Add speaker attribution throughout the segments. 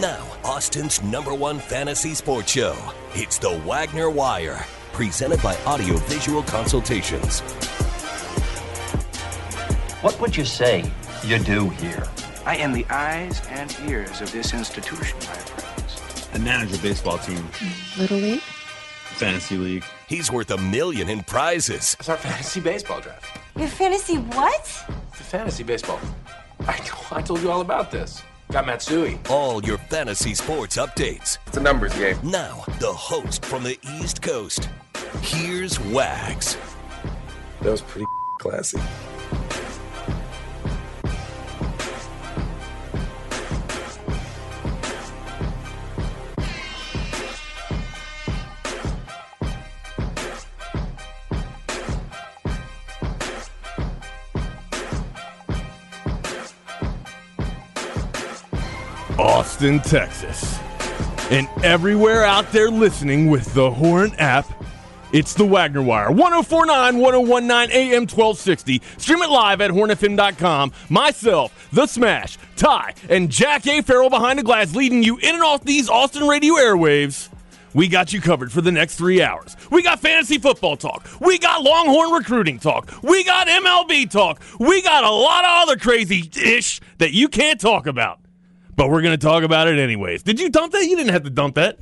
Speaker 1: Now, Austin's number one fantasy sports show. It's the Wagner Wire, presented by Audiovisual Consultations.
Speaker 2: What would you say you do here?
Speaker 3: I am the eyes and ears of this institution, my friends.
Speaker 4: I manage a baseball team.
Speaker 5: Little League?
Speaker 4: Fantasy League.
Speaker 1: He's worth a million in prizes.
Speaker 3: It's our fantasy baseball draft.
Speaker 6: Your fantasy what?
Speaker 3: The fantasy baseball. I, I told you all about this. Got Matsui.
Speaker 1: All your fantasy sports updates.
Speaker 3: It's a numbers game.
Speaker 1: Now, the host from the East Coast. Here's Wags.
Speaker 3: That was pretty classy.
Speaker 7: Austin, Texas. And everywhere out there listening with the Horn app, it's the Wagner Wire. 1049, 1019 AM 1260. Stream it live at hornfm.com. Myself, The Smash, Ty, and Jack A. Farrell behind the glass leading you in and off these Austin radio airwaves. We got you covered for the next three hours. We got fantasy football talk. We got Longhorn recruiting talk. We got MLB talk. We got a lot of other crazy ish that you can't talk about but we're going to talk about it anyways. Did you dump that? You didn't have to dump that.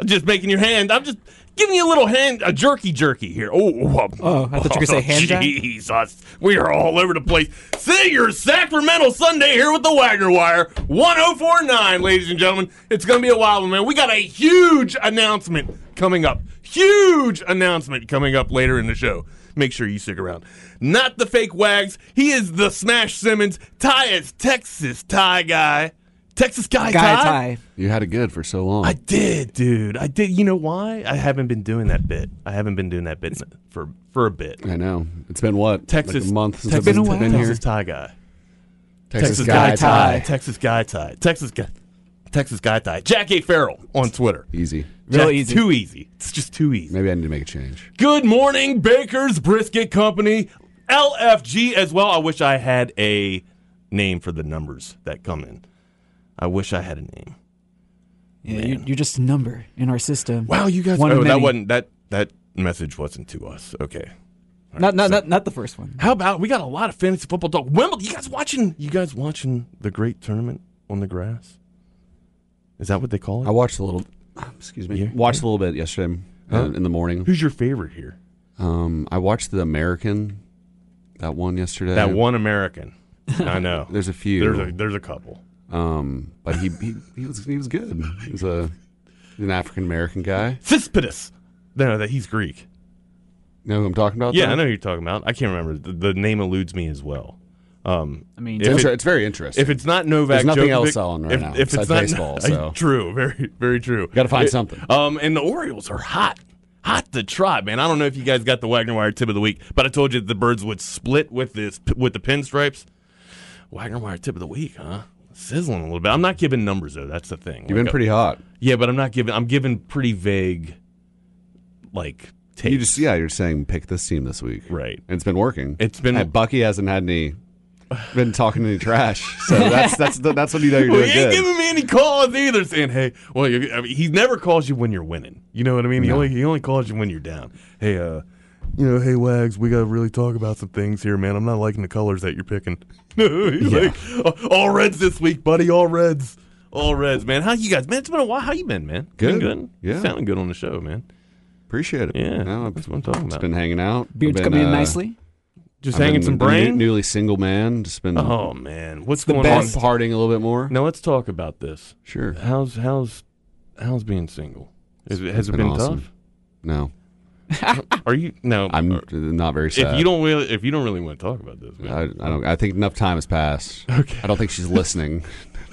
Speaker 7: I'm just making your hand. I'm just giving you a little hand, a jerky jerky here. Oh,
Speaker 8: oh, oh I thought you were going to say hand job.
Speaker 7: Jesus, we are all over the place. See your Sacramento Sunday here with the Wagner Wire 1049, ladies and gentlemen. It's going to be a wild one, man. We got a huge announcement coming up. Huge announcement coming up later in the show make sure you stick around. Not the fake wags. He is the Smash Simmons. Ty is Texas Ty guy. Texas guy,
Speaker 8: guy tie.
Speaker 9: You had it good for so long.
Speaker 7: I did, dude. I did. You know why? I haven't been doing that bit. I haven't been doing that bit for for a bit.
Speaker 9: I know. It's been what
Speaker 7: Texas
Speaker 9: like a month since
Speaker 7: Texas,
Speaker 9: I've been, been, been here.
Speaker 7: Texas Texas tie guy.
Speaker 9: Texas, Texas guy, guy tie.
Speaker 7: tie. Texas guy tie. Texas guy. Texas guy tie. Jack A. Farrell on Twitter.
Speaker 9: Easy.
Speaker 7: Real easy. Too easy. It's just too easy.
Speaker 9: Maybe I need to make a change.
Speaker 7: Good morning, Baker's Brisket Company, LFG as well. I wish I had a name for the numbers that come in. I wish I had a name.
Speaker 8: Yeah, Man. you're, you're just a number in our system.
Speaker 7: Wow, you guys.
Speaker 8: One
Speaker 7: oh,
Speaker 8: that
Speaker 7: many. wasn't that that message wasn't to us. Okay.
Speaker 8: All not, right, not, so. not, not the first one.
Speaker 7: How about we got a lot of fantasy football talk? Wimbledon, you guys watching? You guys watching the great tournament on the grass? Is that what they call it?
Speaker 9: I watched a little. Excuse me. Yeah. Watched a little bit yesterday huh? in the morning.
Speaker 7: Who's your favorite here?
Speaker 9: Um, I watched the American. That one yesterday.
Speaker 7: That one American. I know.
Speaker 9: Uh, There's a few.
Speaker 7: There's a, there's a couple.
Speaker 9: Um, but he, he, he was he was good. He was a an African American guy.
Speaker 7: Cispidus. No, that he's Greek.
Speaker 9: You know who I'm talking about?
Speaker 7: Yeah,
Speaker 9: though?
Speaker 7: I know you're talking about. I can't remember. The, the name eludes me as well. Um,
Speaker 8: I mean,
Speaker 9: it's, inter- it, it's, very interesting.
Speaker 7: If it's not Novak,
Speaker 9: there's nothing else
Speaker 7: Djokovic,
Speaker 9: on right
Speaker 7: if,
Speaker 9: now.
Speaker 7: If it's not
Speaker 9: baseball, so.
Speaker 7: true, very very true.
Speaker 9: Got to find it, something.
Speaker 7: Um, and the Orioles are hot, hot to try, man. I don't know if you guys got the Wagner Wire tip of the week, but I told you the birds would split with this with the pinstripes. Wagner Wire tip of the week, huh? sizzling a little bit. I'm not giving numbers though. That's the thing.
Speaker 9: You've like been pretty
Speaker 7: a,
Speaker 9: hot.
Speaker 7: Yeah, but I'm not giving. I'm giving pretty vague, like takes.
Speaker 9: You just yeah, you're saying pick this team this week,
Speaker 7: right?
Speaker 9: And it's been working.
Speaker 7: It's been
Speaker 9: and Bucky hasn't had any. Been talking any trash, so that's that's the, that's when you know you're doing well,
Speaker 7: he ain't
Speaker 9: good.
Speaker 7: giving me any calls either. Saying hey, well, I mean, he never calls you when you're winning. You know what I mean? No. He only he only calls you when you're down. Hey, uh, you know, hey Wags, we gotta really talk about some things here, man. I'm not liking the colors that you're picking. yeah. Like, "Uh, all reds this week, buddy. All reds, all reds, man. How you guys, man? It's been a while. How you been, man?
Speaker 9: Good,
Speaker 7: been good.
Speaker 9: Yeah,
Speaker 7: sounding good on the show, man.
Speaker 9: Appreciate it.
Speaker 7: Yeah, no, that's what I'm talking about.
Speaker 9: Been hanging out.
Speaker 8: Beard's
Speaker 9: been, uh,
Speaker 8: coming in nicely.
Speaker 7: Just hanging some brain.
Speaker 9: New, newly single man. Just been.
Speaker 7: Oh man, what's
Speaker 9: the
Speaker 7: going
Speaker 9: best.
Speaker 7: on?
Speaker 9: Partying a little bit more.
Speaker 7: Now let's talk about this.
Speaker 9: Sure.
Speaker 7: How's how's how's being single? Is, has
Speaker 9: it's
Speaker 7: it been,
Speaker 9: awesome.
Speaker 7: tough?
Speaker 9: No.
Speaker 7: Are you no?
Speaker 9: I'm not very sad.
Speaker 7: If you don't really, if you don't really want to talk about this, man.
Speaker 9: I, I don't. I think enough time has passed.
Speaker 7: Okay.
Speaker 9: I don't think she's listening.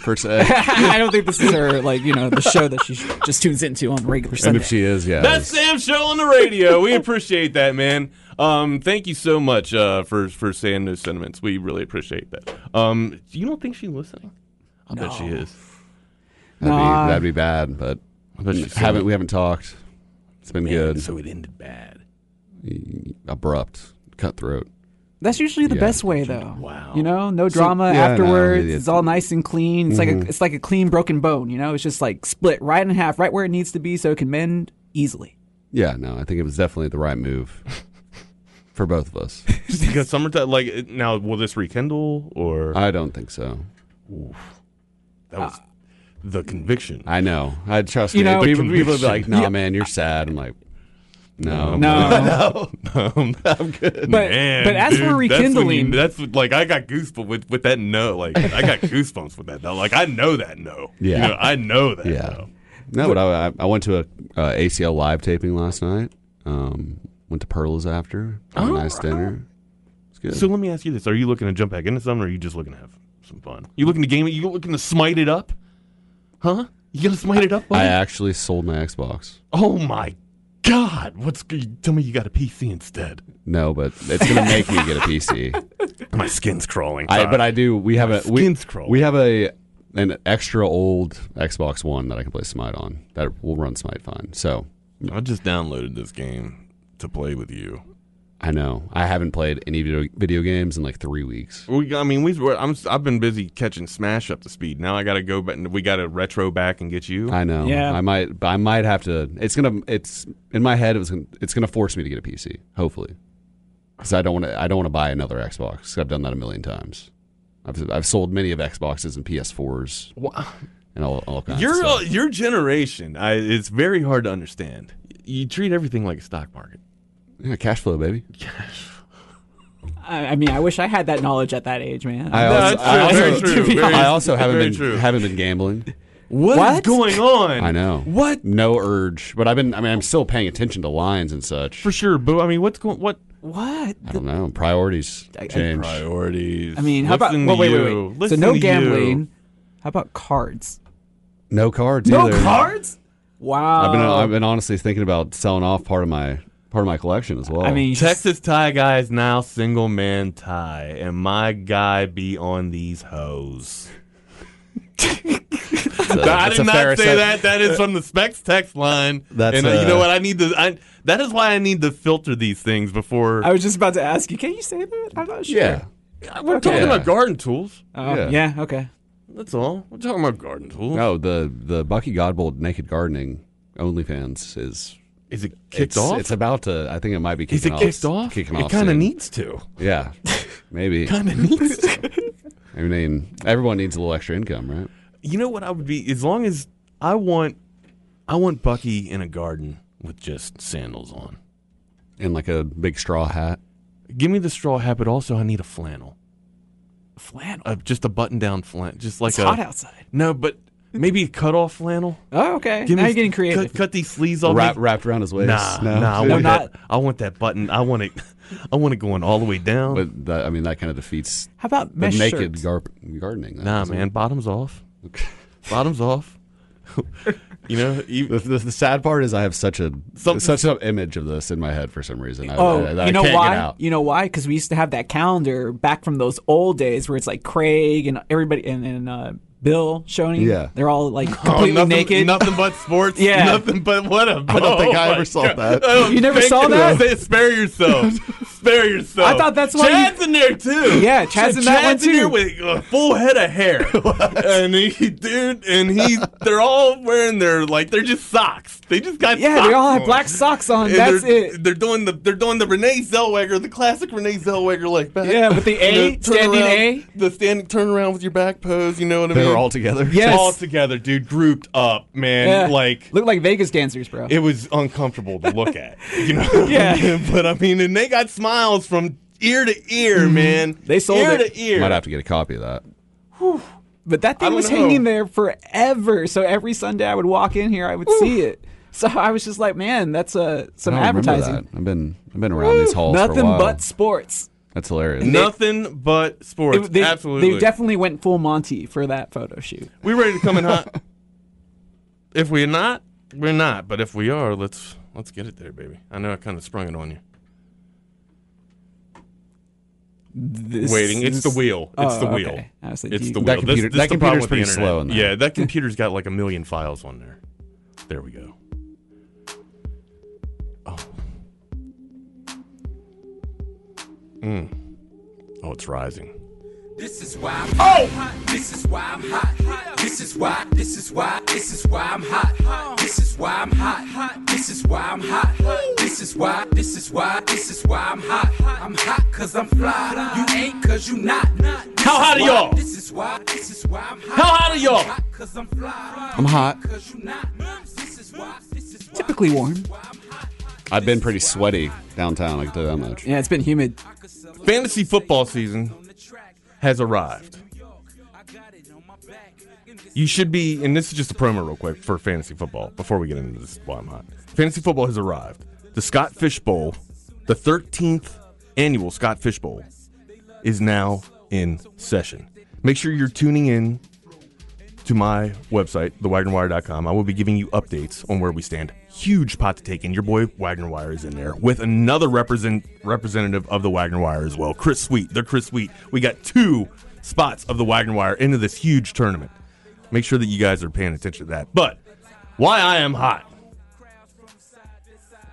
Speaker 9: Per se.
Speaker 1: I don't think this is her like you know the show that she just tunes into on regular
Speaker 9: and
Speaker 1: Sunday.
Speaker 9: if she is, yeah,
Speaker 7: That's Sam Show on the radio. We appreciate that, man. Um, thank you so much uh, for for saying those sentiments. We really appreciate that. Um, you don't think she's listening? I bet she is.
Speaker 9: that'd,
Speaker 1: Nah.
Speaker 9: be, that'd be bad. But
Speaker 7: bet she's
Speaker 9: haven't
Speaker 7: sad.
Speaker 9: we haven't talked? It's been good.
Speaker 7: So it ended bad.
Speaker 9: Abrupt, cutthroat.
Speaker 1: That's usually the
Speaker 9: Yeah.
Speaker 1: best way, though. Wow. You know, no
Speaker 9: So- yeah,
Speaker 1: drama
Speaker 9: no,
Speaker 1: afterwards.
Speaker 9: it-
Speaker 1: it's all nice and clean. It's like
Speaker 9: Mhm.
Speaker 7: Mm-hmm.
Speaker 1: a, it's like a clean broken bone. You know, it's just like split right in half, right where it needs to be, so it can mend easily.
Speaker 9: Yeah, no, I think it was definitely the right move for both of us.
Speaker 7: because summertime, like it- now, will this rekindle or
Speaker 9: I don't think so.
Speaker 7: that was the conviction?
Speaker 9: I know. I trust
Speaker 1: You
Speaker 9: me.
Speaker 1: know-
Speaker 9: people, people would be like,
Speaker 7: Conviction.
Speaker 9: "Nah, man, you're sad." I'm like, "No,
Speaker 1: No.
Speaker 7: no, I'm good.
Speaker 1: But- but as for
Speaker 7: that's when you-
Speaker 1: rekindling-
Speaker 7: that's, what- like I got goosebumps with, with that no. Like I got goosebumps with that no. Like I know that no. You
Speaker 9: Yeah.
Speaker 7: know, I know that.
Speaker 9: Yeah.
Speaker 7: no.
Speaker 9: No, but I, I- I went to a uh, ACL live taping last night. Um, went to Perla's after. Had a nice dinner. It's good.
Speaker 7: So let me ask you this: Are you looking to jump back into something, or are you just looking to have some fun? You looking to game it? You looking to smite it up? Huh? You gonna smite it
Speaker 9: I
Speaker 7: up?
Speaker 9: uh,
Speaker 7: buddy?
Speaker 9: actually sold my Xbox.
Speaker 7: oh my god! What's you tell me you got a PC instead?
Speaker 9: No, but it's gonna make me get a PC.
Speaker 7: My skin's crawling.
Speaker 9: I, but I do. We have a we,
Speaker 7: skin's crawling.
Speaker 9: we have a an extra old Xbox One that I can play Smite on. That will run Smite fine. So
Speaker 7: I just downloaded this game to play with you.
Speaker 9: I know I haven't played any video, video games in like three weeks.
Speaker 7: We, I mean, we. we're- I'm. I've been busy catching Smash up to speed. Now I got to go back. and We got to retro back and get you.
Speaker 9: I know.
Speaker 1: Yeah.
Speaker 9: I might. but I might have to. It's gonna. It's in my head. It was. Gonna, it's gonna force me to get a PC. Hopefully, because I don't want to. I don't want to buy another Xbox. 'cause I've done that a million times. I've I've sold many of Xboxes and PS4s and all all kinds.
Speaker 7: your
Speaker 9: of
Speaker 7: uh,
Speaker 9: stuff.
Speaker 7: your generation. I, it's very hard to understand. You treat everything like a stock market.
Speaker 9: yeah, cash flow, baby.
Speaker 1: I, I mean, I wish I had that knowledge at that age, man.
Speaker 9: I
Speaker 7: No,
Speaker 9: also,
Speaker 7: it's
Speaker 9: I
Speaker 7: true, very
Speaker 9: also-
Speaker 7: true, very-
Speaker 9: I also haven't
Speaker 7: very
Speaker 9: been
Speaker 7: true.
Speaker 9: haven't been gambling.
Speaker 7: what is
Speaker 1: What?
Speaker 7: going on?
Speaker 9: I know
Speaker 7: What?
Speaker 9: No urge, but I've been. I mean, I'm still paying attention to lines and such.
Speaker 7: For sure, but I mean, what's going? What
Speaker 1: what?
Speaker 9: I don't know. Priorities change.
Speaker 7: priorities?
Speaker 1: I mean, how about
Speaker 7: Listen
Speaker 1: well,
Speaker 7: to
Speaker 1: wait, wait,
Speaker 7: you.
Speaker 1: wait.
Speaker 7: Listen
Speaker 1: so no
Speaker 7: to you.
Speaker 1: gambling. How about cards?
Speaker 9: no cards. either.
Speaker 1: cards. Wow.
Speaker 9: I've been I've been honestly thinking about selling off part of my part of my collection as well.
Speaker 1: I mean,
Speaker 7: Texas Tie guy is now single man Tie, and my guy be on these hoes.
Speaker 9: It's a-
Speaker 7: I
Speaker 9: it's
Speaker 7: did
Speaker 9: a
Speaker 7: not
Speaker 9: fair
Speaker 7: say
Speaker 9: assess-
Speaker 7: that. That is from the specs text line.
Speaker 9: That's,
Speaker 7: and uh, you
Speaker 9: uh,
Speaker 7: know what I need to. I, that is why I need to filter these things before
Speaker 1: I was just about to ask you. Can you say that? I'm not sure.
Speaker 9: Yeah,
Speaker 7: we're talking
Speaker 9: Yeah.
Speaker 7: about garden tools.
Speaker 1: Oh,
Speaker 9: Yeah.
Speaker 1: yeah. Okay.
Speaker 7: That's all. We're talking about garden tools.
Speaker 9: no the the Bucky Godbold naked gardening OnlyFans is
Speaker 7: Is it kicked
Speaker 9: it's,
Speaker 7: off?
Speaker 9: It's about to. I think it might be
Speaker 7: is
Speaker 9: kicking
Speaker 7: it
Speaker 9: off.
Speaker 7: kicked off?
Speaker 9: Kicking
Speaker 7: it
Speaker 9: off.
Speaker 7: kind of
Speaker 9: soon.
Speaker 7: needs to.
Speaker 9: Yeah, maybe.
Speaker 7: Kind of needs to.
Speaker 9: I mean, everyone needs a little extra income, right?
Speaker 7: You know what I would be as long as I want I want Bucky in a garden with just sandals on.
Speaker 9: And like a big straw hat.
Speaker 7: Give me the straw hat, but also I need a flannel.
Speaker 1: Flannel.
Speaker 7: Uh, just a button down flannel. Just like
Speaker 1: it's
Speaker 7: a
Speaker 1: hot outside.
Speaker 7: No, but maybe a cut off flannel.
Speaker 1: Oh, okay.
Speaker 7: Give
Speaker 1: now
Speaker 7: me-
Speaker 1: you're getting creative.
Speaker 7: Cut, cut these sleeves off.
Speaker 9: Wrap, wrapped around his waist.
Speaker 7: Nah,
Speaker 9: no,
Speaker 7: nah, I
Speaker 1: No,
Speaker 7: want
Speaker 1: not-
Speaker 7: that I want that button. I want it I want it going all the way down.
Speaker 9: But that, I mean, that kind of defeats
Speaker 1: How about
Speaker 9: the
Speaker 1: mesh
Speaker 9: naked
Speaker 1: shirts?
Speaker 9: gar- gardening. then,
Speaker 7: nah,
Speaker 9: doesn't it?
Speaker 7: man, bottoms off. bottoms off. you know, you,
Speaker 9: The, the, the sad part is I have such a
Speaker 7: Some-
Speaker 9: such an image of this in my head for some reason. I,
Speaker 1: Oh,
Speaker 9: I, I
Speaker 1: you know
Speaker 9: can't
Speaker 1: why?
Speaker 9: Get out.
Speaker 1: You know why? Because we used to have that calendar back from those old days where it's like Craig and everybody and, and uh, Bill Shoney.
Speaker 9: Yeah.
Speaker 1: they're all like completely
Speaker 7: Oh, nothing,
Speaker 1: naked.
Speaker 7: Nothing but sports.
Speaker 1: Yeah.
Speaker 7: Nothing but what a. Oh
Speaker 9: I don't think I ever saw that.
Speaker 1: You never saw that?
Speaker 7: Say, spare yourself. spare yourself.
Speaker 1: I thought that's why you-
Speaker 7: Chad's in there too.
Speaker 1: Yeah, Chad's in that one,
Speaker 7: Chad's in there
Speaker 1: too.
Speaker 7: with a full head of hair, and he dude, and he they're all wearing their like they're just socks. They just got
Speaker 1: yeah,
Speaker 7: socks
Speaker 1: they all have
Speaker 7: on.
Speaker 1: black socks on.
Speaker 7: And
Speaker 1: That's
Speaker 7: they're,
Speaker 1: it.
Speaker 7: They're doing the they're doing the Renee Zellweger, the classic Renee Zellweger like back.
Speaker 1: Yeah, with the A,
Speaker 7: turn
Speaker 1: standing
Speaker 7: around-
Speaker 1: A.
Speaker 7: the standing turn around with your back pose. You know what I mean?
Speaker 9: They were all together.
Speaker 1: Yes.
Speaker 7: all together, dude, grouped up, man.
Speaker 1: Yeah.
Speaker 7: Like
Speaker 1: look like Vegas dancers, bro.
Speaker 7: it was uncomfortable to look at, you know.
Speaker 1: Yeah.
Speaker 7: but I mean, and they got smiles from ear to ear,
Speaker 9: Mm-hmm.
Speaker 7: man.
Speaker 1: They sold
Speaker 7: ear
Speaker 1: it.
Speaker 7: to ear.
Speaker 9: Might have to get a copy of that.
Speaker 1: but that
Speaker 7: I
Speaker 1: thing
Speaker 7: don't
Speaker 1: was
Speaker 7: know.
Speaker 1: hanging there forever. So every Sunday I would walk in here, I would see it.
Speaker 7: So I was just like, man, that's uh, some
Speaker 9: I don't remember
Speaker 7: advertising.
Speaker 9: that. I've been I've been around these halls. for a
Speaker 7: Nothing
Speaker 9: while.
Speaker 7: but sports.
Speaker 9: That's hilarious.
Speaker 1: Nothing but sports.
Speaker 7: It- they,
Speaker 1: Absolutely.
Speaker 7: They definitely went full Monty for that photo shoot.
Speaker 1: we ready to come in hot. if we're not, we're not. But if we are, let's let's get it there, baby. I know I kind of sprung it on you.
Speaker 7: This-
Speaker 1: Waiting. It's the
Speaker 7: this-
Speaker 1: wheel. It's the
Speaker 7: oh,
Speaker 1: wheel.
Speaker 7: okay. I was like,
Speaker 1: It's
Speaker 7: you-
Speaker 1: the wheel.
Speaker 9: That
Speaker 1: This-
Speaker 9: computer-
Speaker 1: this
Speaker 9: that
Speaker 1: is
Speaker 9: computer's
Speaker 1: the problem with the
Speaker 9: pretty slow
Speaker 1: internet.
Speaker 9: in there.
Speaker 1: Yeah, that computer's got like a million files on there. There we go. Oh. Mm. Oh, it's rising.
Speaker 6: This is why I'm oh! hot. This is why I'm hot. This is why. This is why. This is why I'm hot. This is why I'm hot. This is why I'm hot. This is why. This is why. This is why I'm hot. I'm hot cause I'm fly. You ain't cause you not.
Speaker 1: How hot are y'all?
Speaker 6: This is why. This is why I'm hot.
Speaker 1: How hot are y'all?
Speaker 6: Cause I'm fly.
Speaker 9: I'm hot.
Speaker 6: Cause you not. This is why. This is why.
Speaker 7: Typically warm.
Speaker 9: I've been pretty sweaty downtown. I can tell you that much.
Speaker 7: Yeah, it's been humid.
Speaker 1: Fantasy football season has arrived. You should be, and this is just a promo real quick for fantasy football before we get into this why I'm hot. Fantasy football has arrived. The Scott Fish Bowl, the 13th annual Scott Fish Bowl, is now in session. Make sure you're tuning in to my website, thewagonwire.com. I will be giving you updates on where we stand. Huge pot to take in. Your boy Wagner Wire is in there with another represent representative of the Wagner Wire as well, Chris Sweet. They're Chris Sweet. We got two spots of the Wagner Wire into this huge tournament. Make sure that you guys are paying attention to that. But why I am hot.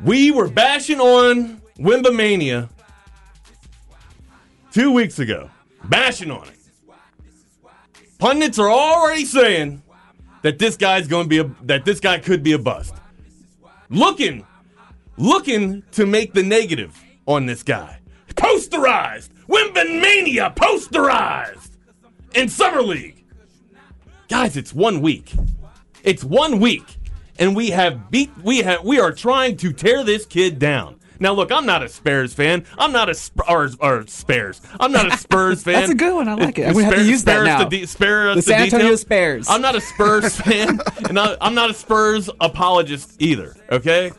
Speaker 1: We were bashing on Wimba Mania two weeks ago. Bashing on it. Pundits are already saying that this guy's going to be a that this guy could be a bust. Looking, looking to make the negative on this guy. Posterized, Wimbin Mania posterized in summer league. Guys, it's one week. It's one week, and we have beat. We have. We are trying to tear this kid down. Now, look, I'm not a Spares fan. I'm not a Sp- or, or Spares. I'm not a Spurs fan.
Speaker 7: That's a good one. I like it. I'm
Speaker 1: Spare-
Speaker 7: gonna have to use that
Speaker 1: Spares
Speaker 7: now.
Speaker 1: The de- spare us
Speaker 7: The San
Speaker 1: the
Speaker 7: Antonio
Speaker 1: details.
Speaker 7: Spares.
Speaker 1: I'm not a Spurs fan, and I, I'm not a Spurs apologist either. Okay,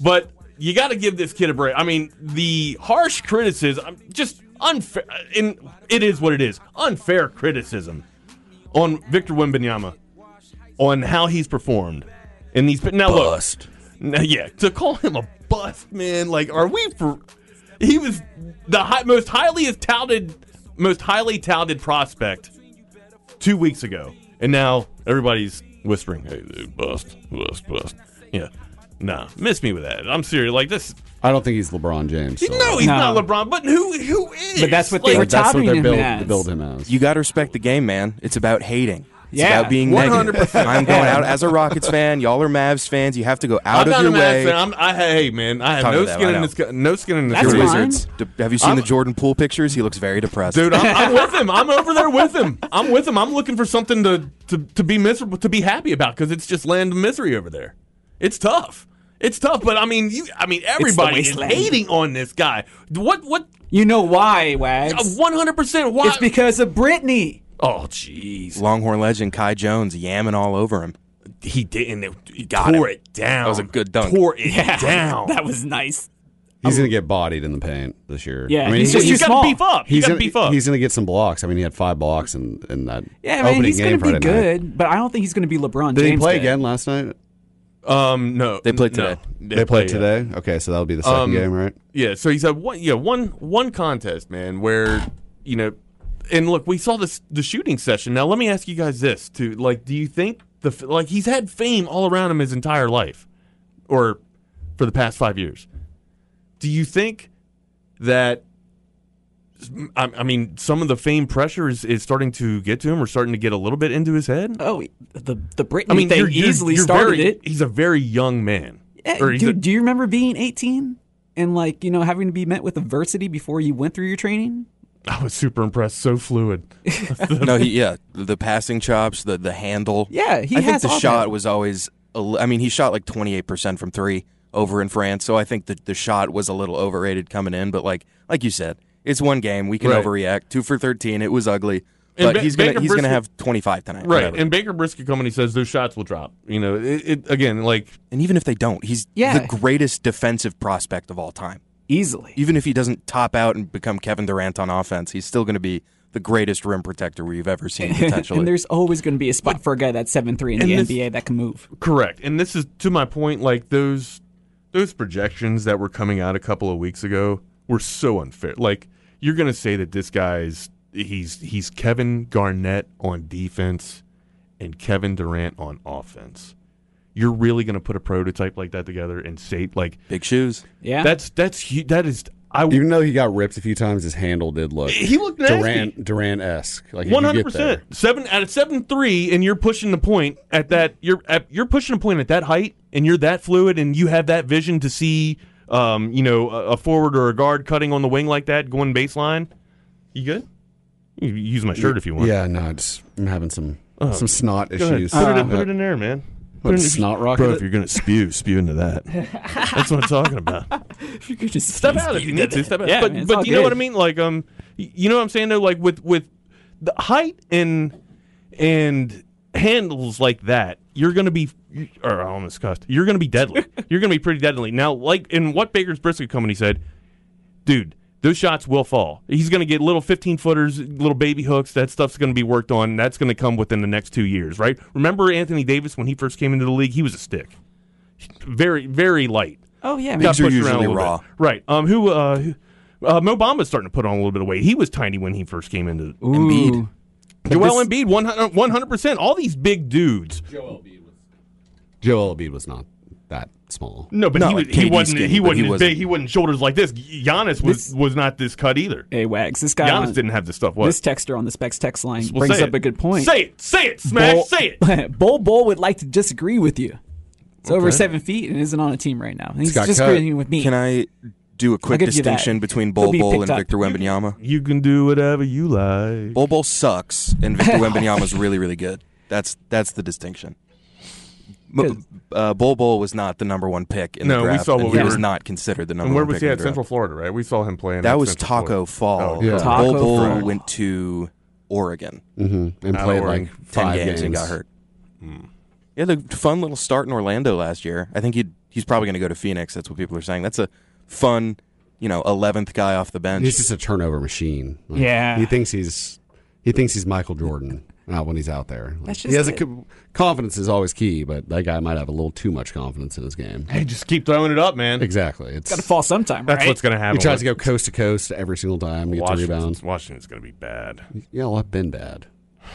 Speaker 1: but you got to give this kid a break. I mean, the harsh criticism, just unfair, and it is what it is. Unfair criticism on Victor Wembanyama on how he's performed in these. Now bust. look, now, yeah, to call him a bust, man. Like, are we for? He was the high, most highly touted, most highly touted prospect two weeks ago, and now everybody's whispering, "Hey, dude, bust, bust, bust." Yeah, nah, miss me with that. I'm serious. Like this,
Speaker 9: I don't think he's LeBron James. so-
Speaker 1: no, he's
Speaker 7: No.
Speaker 1: not LeBron, but who who is?
Speaker 7: But that's what they
Speaker 1: Like,
Speaker 7: were
Speaker 9: That's what
Speaker 7: touting
Speaker 9: they're
Speaker 7: him
Speaker 9: build,
Speaker 7: as.
Speaker 9: they build him as.
Speaker 10: You got to respect the game, man. It's about hating. It's
Speaker 7: Yeah,
Speaker 10: about being negative.
Speaker 1: 100%.
Speaker 10: I'm going out as a Rockets fan. Y'all are Mavs fans. You have to go out
Speaker 1: I'm
Speaker 10: of
Speaker 1: not
Speaker 10: your
Speaker 1: a Mavs
Speaker 10: way.
Speaker 1: fan. I'm, I hey man, I have
Speaker 10: Talk
Speaker 1: no
Speaker 10: about that,
Speaker 1: skin
Speaker 10: I
Speaker 1: in
Speaker 10: know.
Speaker 1: this. co- No skin in this.
Speaker 7: That's
Speaker 10: You're
Speaker 1: game.
Speaker 7: fine.
Speaker 10: wizards. D- Have you seen
Speaker 1: I'm-
Speaker 10: the Jordan Poole pictures? He looks very depressed.
Speaker 1: Dude, I'm, I'm with him. I'm over there with him. I'm with him. I'm looking for something to to, to be miserable, to be happy about, because it's just land of misery over there. It's tough. It's tough, but I mean, you. I mean, everybody is
Speaker 7: wasteland.
Speaker 1: hating on this guy. What? What?
Speaker 7: You know why, Wags?
Speaker 1: One hundred percent. Why?
Speaker 7: It's because of Britney.
Speaker 1: oh, jeez.
Speaker 10: Longhorn legend Kai Jones yamming all over him.
Speaker 1: He didn't. It, he tore
Speaker 10: him.
Speaker 1: it down.
Speaker 10: That was a good dunk.
Speaker 1: Tore it down.
Speaker 7: That was nice.
Speaker 9: He's going to get bodied in the paint this year.
Speaker 7: Yeah, he's
Speaker 9: he-
Speaker 7: just
Speaker 1: he's got to
Speaker 7: too small.
Speaker 1: beef up. He's
Speaker 9: he's
Speaker 1: got to
Speaker 9: gonna,
Speaker 1: beef up.
Speaker 9: He's going to get some blocks. I mean, he had five blocks in, in that
Speaker 7: Yeah,
Speaker 9: opening
Speaker 7: man, he's
Speaker 9: game
Speaker 7: gonna be
Speaker 9: Friday night.
Speaker 7: good, but I don't think he's gonna be LeBron
Speaker 9: Did
Speaker 7: James.
Speaker 9: he play
Speaker 7: good.
Speaker 9: again last night?
Speaker 1: Um, no,
Speaker 10: They uh, played
Speaker 1: no.
Speaker 10: today.
Speaker 9: They, played
Speaker 1: yeah.
Speaker 9: today. Okay, so that'll be the second
Speaker 1: Um,
Speaker 9: game, right?
Speaker 1: Yeah, so he's had one yeah, one one contest, man, where you know and look, we saw this the shooting session. Now let me ask you guys this too. Like, do you think the f- like he's had fame all around him his entire life? Or for the past five years. Do you think that I, I mean, some of the fame pressure is, is starting to get to him or starting to get a little bit into his head?
Speaker 7: Oh, the the Britney
Speaker 1: I mean,
Speaker 7: thing
Speaker 1: you're- you're-
Speaker 7: easily
Speaker 1: you're
Speaker 7: started
Speaker 1: very-
Speaker 7: it.
Speaker 1: He's a very young man.
Speaker 7: Yeah,
Speaker 1: Or he's a-
Speaker 7: dude, do you remember being 18 and like you know having to be met with adversity before you went through your training?
Speaker 1: I was super impressed. So fluid.
Speaker 10: no, he yeah, the passing chops, the the handle.
Speaker 7: Yeah, he
Speaker 10: I think
Speaker 7: has
Speaker 10: the
Speaker 7: all
Speaker 10: shot
Speaker 7: that.
Speaker 10: was always. a oh, li- I mean, he shot like twenty eight percent from three over in France, so I think the the shot was a little overrated coming in. But like like you said, it's one game. We can
Speaker 1: Right.
Speaker 10: overreact. Two for thirteen. It was ugly, But
Speaker 1: Ba-
Speaker 10: he's gonna
Speaker 1: Baker
Speaker 10: he's gonna
Speaker 1: Briscoe-
Speaker 10: have 25 tonight.
Speaker 1: Right.
Speaker 10: whatever.
Speaker 1: And Baker Briscoe Company says those shots will drop. You know, it, it again like
Speaker 10: and even if they don't, he's
Speaker 7: Yeah.
Speaker 10: the greatest defensive prospect of all time.
Speaker 7: Easily.
Speaker 10: Even if he doesn't top out and become Kevin Durant on offense, he's still going to be the greatest rim protector we've ever seen potentially.
Speaker 7: and there's always going to be a spot for a guy that's seven three in
Speaker 1: And
Speaker 7: the
Speaker 1: this-
Speaker 7: NBA that can move.
Speaker 1: Correct. And this is to my point, like those those projections that were coming out a couple of weeks ago were so unfair. Like you're gonna say that this guy's he's he's Kevin Garnett on defense and Kevin Durant on offense. You're really gonna put a prototype like that together and say like
Speaker 10: big shoes.
Speaker 7: Yeah.
Speaker 1: That's that's hu- that is I
Speaker 9: Even though he got ripped a few times, his handle did look.
Speaker 1: He looked nasty.
Speaker 9: Durant Durant esque. Like if you
Speaker 1: One
Speaker 9: get
Speaker 1: hundred
Speaker 9: there-
Speaker 1: percent. Seven at seven three, and you're pushing the point at that. You're at, you're pushing a point at that height, and you're that fluid, and you have that vision to see, um, you know, a, a forward or a guard cutting on the wing like that, going baseline. You good? You can use my shirt if you want.
Speaker 9: Yeah, no, it's, I'm having some
Speaker 1: Oh,
Speaker 9: some snot
Speaker 1: go ahead.
Speaker 9: issues.
Speaker 1: Put, it in, put it in there, man. Put
Speaker 9: What,
Speaker 1: it in-
Speaker 9: snot rocket
Speaker 1: Bro,
Speaker 9: it?
Speaker 1: if you're gonna spew, spew into that. That's what I'm talking about.
Speaker 7: You could just
Speaker 1: step out if you need to. Step out.
Speaker 7: Yeah,
Speaker 1: but
Speaker 7: man, it's all
Speaker 1: but do you know
Speaker 7: good.
Speaker 1: what I mean? Like um, y- you know what I'm saying though. Like with with the height and and handles like that, you're gonna be you- or I almost cussed. You're gonna be deadly. you're gonna be pretty deadly. Now, like in what Baker's brisket company said, dude. Those shots will fall. He's going to get little 15 footers, little baby hooks. That stuff's going to be worked on. That's going to come within the next two years, right? Remember Anthony Davis when he first came into the league? He was a stick. Very, very light.
Speaker 7: Oh yeah,
Speaker 1: Got
Speaker 7: man.
Speaker 10: These are
Speaker 1: pushed around a
Speaker 10: usually
Speaker 1: little
Speaker 10: raw.
Speaker 1: bit. Right. Um. Who? Uh. who- Uh. Mo Bamba's starting to put on a little bit of weight. He was tiny when he first came into.
Speaker 7: Ooh.
Speaker 10: Embiid.
Speaker 1: Joel Embiid, 100 percent. All these big dudes.
Speaker 9: Joel Embiid was not that small.
Speaker 1: No, but
Speaker 10: Not
Speaker 1: he,
Speaker 10: like
Speaker 1: was, he
Speaker 10: KD's
Speaker 1: wasn't.
Speaker 10: skinny,
Speaker 1: he
Speaker 10: but
Speaker 1: wasn't
Speaker 10: he
Speaker 1: as
Speaker 10: wasn't.
Speaker 1: big. He wasn't shoulders like this. Giannis was
Speaker 7: This-
Speaker 1: was not this cut either.
Speaker 7: Hey Wags, this guy.
Speaker 1: Giannis
Speaker 7: on-
Speaker 1: didn't have this stuff. What?
Speaker 7: Uh, This texter on the specs text line
Speaker 1: Well,
Speaker 7: brings
Speaker 1: say
Speaker 7: up
Speaker 1: it.
Speaker 7: a good point.
Speaker 1: Say it. Say it. Smash. Say it.
Speaker 7: Bull Bull would like to disagree with you. It's over
Speaker 1: Okay.
Speaker 7: seven feet and isn't on a team right now. And he's
Speaker 9: got cut.
Speaker 7: disagreeing with me.
Speaker 10: Can I do a quick
Speaker 7: give you that.
Speaker 10: distinction between
Speaker 7: He'll
Speaker 10: Bol
Speaker 7: be
Speaker 10: Bol
Speaker 7: picked
Speaker 10: and
Speaker 7: up.
Speaker 10: Victor Wembanyama?
Speaker 1: You can do whatever you like.
Speaker 10: Bol Bol sucks, and Victor Wembanyama's really, really good. That's that's the distinction. M- uh, Bol Bol was not the number one pick in
Speaker 1: No,
Speaker 10: the
Speaker 1: we
Speaker 10: draft.
Speaker 1: saw what
Speaker 10: and
Speaker 1: we
Speaker 10: he
Speaker 1: were-
Speaker 10: was not considered the number
Speaker 1: And where
Speaker 10: one
Speaker 1: was
Speaker 10: pick
Speaker 1: he
Speaker 10: in
Speaker 1: at?
Speaker 10: the draft.
Speaker 1: Central Florida, right? We saw him playing.
Speaker 10: That
Speaker 1: at
Speaker 10: was
Speaker 1: Central
Speaker 10: Taco
Speaker 1: Florida.
Speaker 10: Fall.
Speaker 1: Oh, yeah.
Speaker 7: Taco
Speaker 10: Bol Bol
Speaker 7: Fall.
Speaker 10: went to Oregon.
Speaker 9: Mm-hmm. And
Speaker 1: Out of
Speaker 9: played
Speaker 1: Oregon.
Speaker 9: like
Speaker 10: Ten
Speaker 9: five
Speaker 10: games, and got hurt. Mm. Yeah, the fun little start in Orlando last year. I think he he's probably going to go to Phoenix. That's what people are saying. That's a fun, you know, eleventh guy off the bench.
Speaker 9: He's just a turnover machine. Like,
Speaker 7: Yeah.
Speaker 9: he thinks he's he thinks he's Michael Jordan uh, when he's out there. Like,
Speaker 7: That's
Speaker 9: he
Speaker 7: just
Speaker 9: has a
Speaker 7: it.
Speaker 9: co- confidence is always key, but that guy might have a little too much confidence in his game.
Speaker 1: Hey, just keep throwing it up, man.
Speaker 9: Exactly. It's
Speaker 7: Got to fall sometime,
Speaker 1: That's
Speaker 7: right?
Speaker 1: what's going to happen.
Speaker 9: he tries
Speaker 1: with
Speaker 9: to go coast to coast every single time, get the
Speaker 1: Washington's,
Speaker 9: rebounds.
Speaker 1: Washington's going to be bad.
Speaker 9: Yeah, well, I've been bad. At
Speaker 7: Is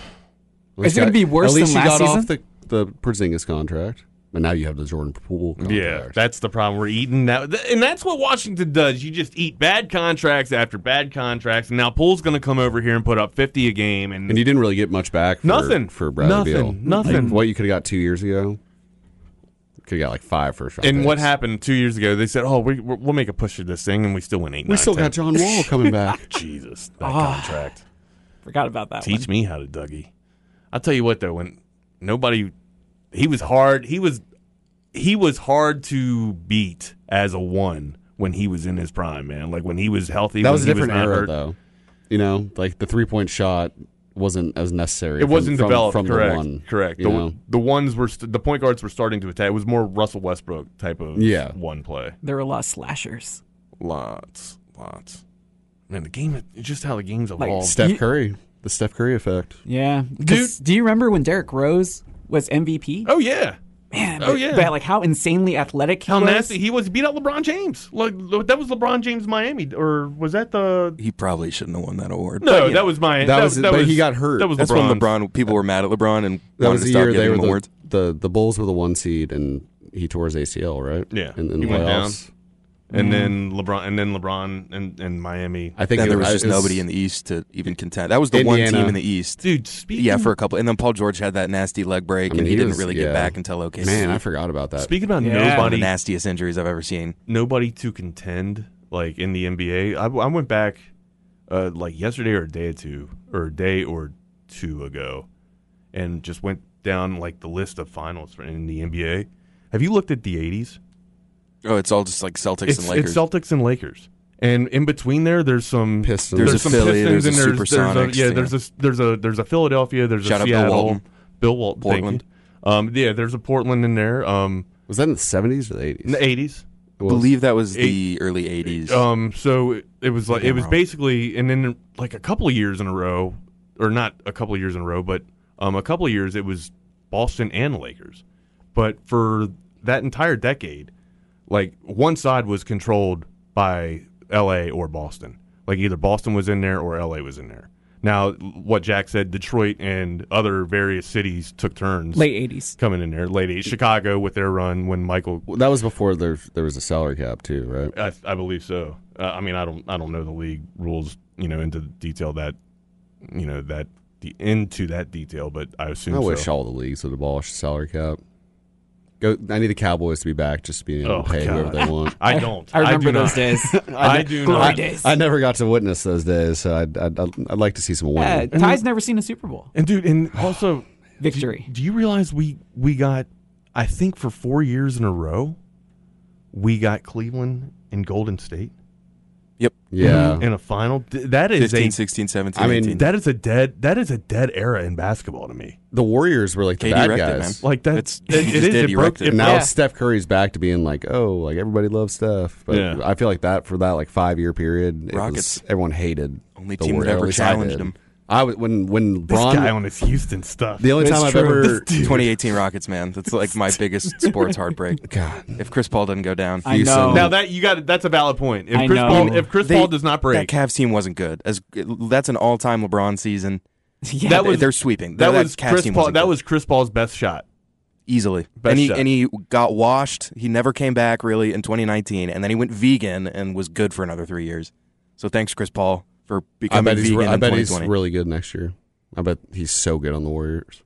Speaker 9: least
Speaker 7: it gonna
Speaker 9: got-
Speaker 7: be worse
Speaker 9: At least
Speaker 7: than
Speaker 9: you
Speaker 7: last
Speaker 9: got off
Speaker 7: season?
Speaker 9: the the Porzingis contract, but now you have the Jordan Poole contract.
Speaker 1: Yeah, that's the problem. We're eating that, th- and that's what Washington does. You just eat bad contracts after bad contracts, and now Poole's going to come over here and put up fifty a game, and,
Speaker 9: and you didn't really get much back. For,
Speaker 1: Nothing.
Speaker 9: for Bradley Beal.
Speaker 1: Nothing. Nothing.
Speaker 9: Like, what you could have got two years ago, could have got like five first round.
Speaker 1: and what
Speaker 9: picks.
Speaker 1: happened two years ago? They said, "Oh, we, we- we'll make a push of this thing," and we still went eight.
Speaker 9: We still got Ah. John Wall coming back.
Speaker 1: Jesus, that contract.
Speaker 7: Forgot about that
Speaker 1: Teach me how to Dougie. I'll tell you what though, when nobody he was hard he was he was hard to beat as a one when he was in his prime, man. Like when he was healthy,
Speaker 9: that
Speaker 1: when
Speaker 9: was a
Speaker 1: he
Speaker 9: different
Speaker 1: not
Speaker 9: era,
Speaker 1: hurt.
Speaker 9: though. You know, like the three point shot wasn't as necessary.
Speaker 1: It wasn't
Speaker 9: from, from-
Speaker 1: developed,
Speaker 9: from
Speaker 1: correct?
Speaker 9: the one.
Speaker 1: correct.
Speaker 9: you
Speaker 1: The,
Speaker 9: know?
Speaker 1: the ones were st- the point guards were starting to attack. It was more Russell Westbrook type of
Speaker 9: Yeah.
Speaker 1: one play.
Speaker 7: There were a lot of slashers.
Speaker 1: Lots, lots. Man, the game it's just how the game's
Speaker 7: Like,
Speaker 1: evolved.
Speaker 9: Steph
Speaker 7: You-
Speaker 9: Curry, the Steph Curry effect.
Speaker 7: Yeah, dude. Do you remember when Derrick Rose was MVP?
Speaker 1: oh yeah,
Speaker 7: Man,
Speaker 1: oh,
Speaker 7: but-
Speaker 1: yeah.
Speaker 7: but like how insanely athletic he
Speaker 1: how
Speaker 7: was.
Speaker 1: nasty he was. He beat out LeBron James. Like that was LeBron James Miami, or was that the
Speaker 10: he probably shouldn't have won that award.
Speaker 1: No,
Speaker 10: But, you
Speaker 1: that
Speaker 10: know,
Speaker 1: was my.
Speaker 9: That was- but he got hurt.
Speaker 1: That was
Speaker 10: that's
Speaker 1: LeBron.
Speaker 10: when LeBron people were mad at LeBron and
Speaker 9: That
Speaker 10: wanted
Speaker 9: was
Speaker 10: to
Speaker 9: the
Speaker 10: stop
Speaker 9: year
Speaker 10: giving
Speaker 9: they were
Speaker 10: him awards.
Speaker 9: the, the the Bulls were the one seed, and he tore his ACL, right?
Speaker 1: Yeah,
Speaker 9: in, in
Speaker 1: he
Speaker 9: the
Speaker 1: went down,
Speaker 9: playoffs.
Speaker 10: mm.
Speaker 1: and then LeBron, and then LeBron, and and Miami.
Speaker 9: I think
Speaker 10: Then
Speaker 9: it
Speaker 10: there was
Speaker 9: I-
Speaker 10: just
Speaker 9: it
Speaker 10: nobody in the East to even contend. That was the one
Speaker 9: Indiana.
Speaker 10: team in the East.
Speaker 1: Dude, speaking
Speaker 10: Yeah, for a couple, and then Paul George had that nasty leg break,
Speaker 9: I mean,
Speaker 10: and he, didn't
Speaker 9: was-
Speaker 10: really
Speaker 9: yeah.
Speaker 10: get back until OKC.
Speaker 9: Man, I forgot about that.
Speaker 1: speaking about
Speaker 7: Yeah.
Speaker 10: one of the
Speaker 1: nobody,
Speaker 10: nastiest injuries I've ever seen.
Speaker 1: nobody to contend like in the NBA. I, I went back uh, like yesterday or a day or two or a day or two ago, and just went down like the list of finals for- in the NBA. Have you looked at the '80s?
Speaker 10: Oh, it's all just like Celtics
Speaker 1: It's,
Speaker 10: and
Speaker 1: it's
Speaker 10: Lakers.
Speaker 1: Celtics and Lakers. And in between there, there's some
Speaker 10: Pistons. There's a
Speaker 1: some
Speaker 10: Philly,
Speaker 1: Pistons,
Speaker 10: there's a
Speaker 1: and there's,
Speaker 10: Supersonics,
Speaker 1: yeah,
Speaker 10: yeah.
Speaker 1: there's a there's a there's a Philadelphia, there's
Speaker 10: Shout
Speaker 1: a
Speaker 10: out Bill
Speaker 1: Seattle,
Speaker 10: Walton.
Speaker 1: Bill Walton, thank you.
Speaker 10: Portland.
Speaker 1: Um, yeah, there's a Portland in there. Um,
Speaker 9: was that in the 70s or the 80s?
Speaker 1: In the 80s.
Speaker 10: believe that was
Speaker 1: Eight-
Speaker 10: the early 80s.
Speaker 1: Um, so it, it was like
Speaker 10: Maybe
Speaker 1: it
Speaker 10: I'm
Speaker 1: was
Speaker 10: wrong.
Speaker 1: basically, and then like a couple of years in a row, or not a couple of years in a row, but um, a couple of years it was Boston and Lakers. But for that entire decade, like one side was controlled by L.A. or Boston. Like either Boston was in there or L.A. was in there. Now, what Jack said, Detroit and other various cities took turns.
Speaker 7: Late 80s.
Speaker 1: Coming in there. Late 80s. Chicago with their run when Michael
Speaker 9: Well, that was before there there was a salary cap too, right?
Speaker 1: I, I believe so. Uh, I mean, I don't, I don't know the league rules, you know, into detail that, you know, that the into that detail, but I assume.
Speaker 9: I wish
Speaker 1: so.
Speaker 9: all the leagues would abolish the salary cap. Go. I need the Cowboys to be back just to be able to
Speaker 1: Oh,
Speaker 9: pay whoever
Speaker 1: God.
Speaker 9: they want.
Speaker 1: I don't.
Speaker 7: I
Speaker 1: I
Speaker 7: remember
Speaker 1: do not.
Speaker 7: those days.
Speaker 1: I do
Speaker 7: Glory
Speaker 1: not.
Speaker 7: days.
Speaker 9: I never got to witness those days, so I'd, I'd, I'd, I'd like to see some
Speaker 7: yeah,
Speaker 9: winning.
Speaker 7: Ty's never seen a Super Bowl.
Speaker 1: And dude, and also
Speaker 7: Victory.
Speaker 1: Do, do you realize we we got, I think for four years in a row, we got Cleveland and Golden State.
Speaker 10: Yep.
Speaker 7: Mm-hmm.
Speaker 9: Yeah.
Speaker 1: In a final, Th- that is
Speaker 10: 15,
Speaker 1: a
Speaker 10: 16, 17,
Speaker 1: I mean,
Speaker 10: 18.
Speaker 1: that is a dead that is a dead era in basketball to me.
Speaker 9: The Warriors were like the
Speaker 10: KD
Speaker 9: bad
Speaker 10: wrecked it,
Speaker 9: guys.
Speaker 10: man.
Speaker 1: Like that,
Speaker 10: It's-
Speaker 1: it-
Speaker 10: he
Speaker 1: it
Speaker 10: just
Speaker 1: is.
Speaker 10: did,
Speaker 1: It
Speaker 10: he
Speaker 1: broke.
Speaker 10: wrecked it.
Speaker 1: It
Speaker 9: now
Speaker 1: broke-
Speaker 9: Steph Curry's back to being like, oh, like everybody loves Steph. But
Speaker 1: Yeah.
Speaker 9: I feel like that for that like five year period, it
Speaker 10: Rockets.
Speaker 9: was, everyone hated
Speaker 10: Only
Speaker 9: the
Speaker 10: team that
Speaker 9: Warriors,
Speaker 10: ever
Speaker 9: or at least I
Speaker 10: challenged
Speaker 9: did.
Speaker 10: them.
Speaker 9: I was when when
Speaker 1: This
Speaker 9: Bron
Speaker 1: guy on his Houston stuff.
Speaker 9: The only time I've ever
Speaker 10: 2018 Rockets, man. That's like my biggest sports heartbreak.
Speaker 9: God.
Speaker 10: If Chris Paul doesn't go down,
Speaker 7: I know.
Speaker 1: Now that you got that's a valid point. If
Speaker 7: I
Speaker 1: Chris
Speaker 7: know.
Speaker 1: Paul if Chris
Speaker 10: They-
Speaker 1: Paul does not break,
Speaker 10: that Cavs team wasn't good. As that's an all-time LeBron season.
Speaker 7: yeah,
Speaker 1: that was
Speaker 10: they're sweeping.
Speaker 1: that
Speaker 10: That
Speaker 1: was
Speaker 10: Cavs
Speaker 1: Chris
Speaker 10: team
Speaker 1: Paul
Speaker 10: wasn't
Speaker 1: that
Speaker 10: good.
Speaker 1: was Chris Paul's best shot.
Speaker 10: easily.
Speaker 1: Best
Speaker 10: and he
Speaker 1: shot.
Speaker 10: and he got washed. He never came back really in 2019, and then he went vegan and was good for another three years. So thanks, Chris Paul, for
Speaker 9: I
Speaker 10: becoming
Speaker 9: bet he's
Speaker 10: vegan
Speaker 9: re-
Speaker 10: in
Speaker 9: I bet he's
Speaker 10: 2020.
Speaker 9: really good next year. I bet he's so good on the Warriors.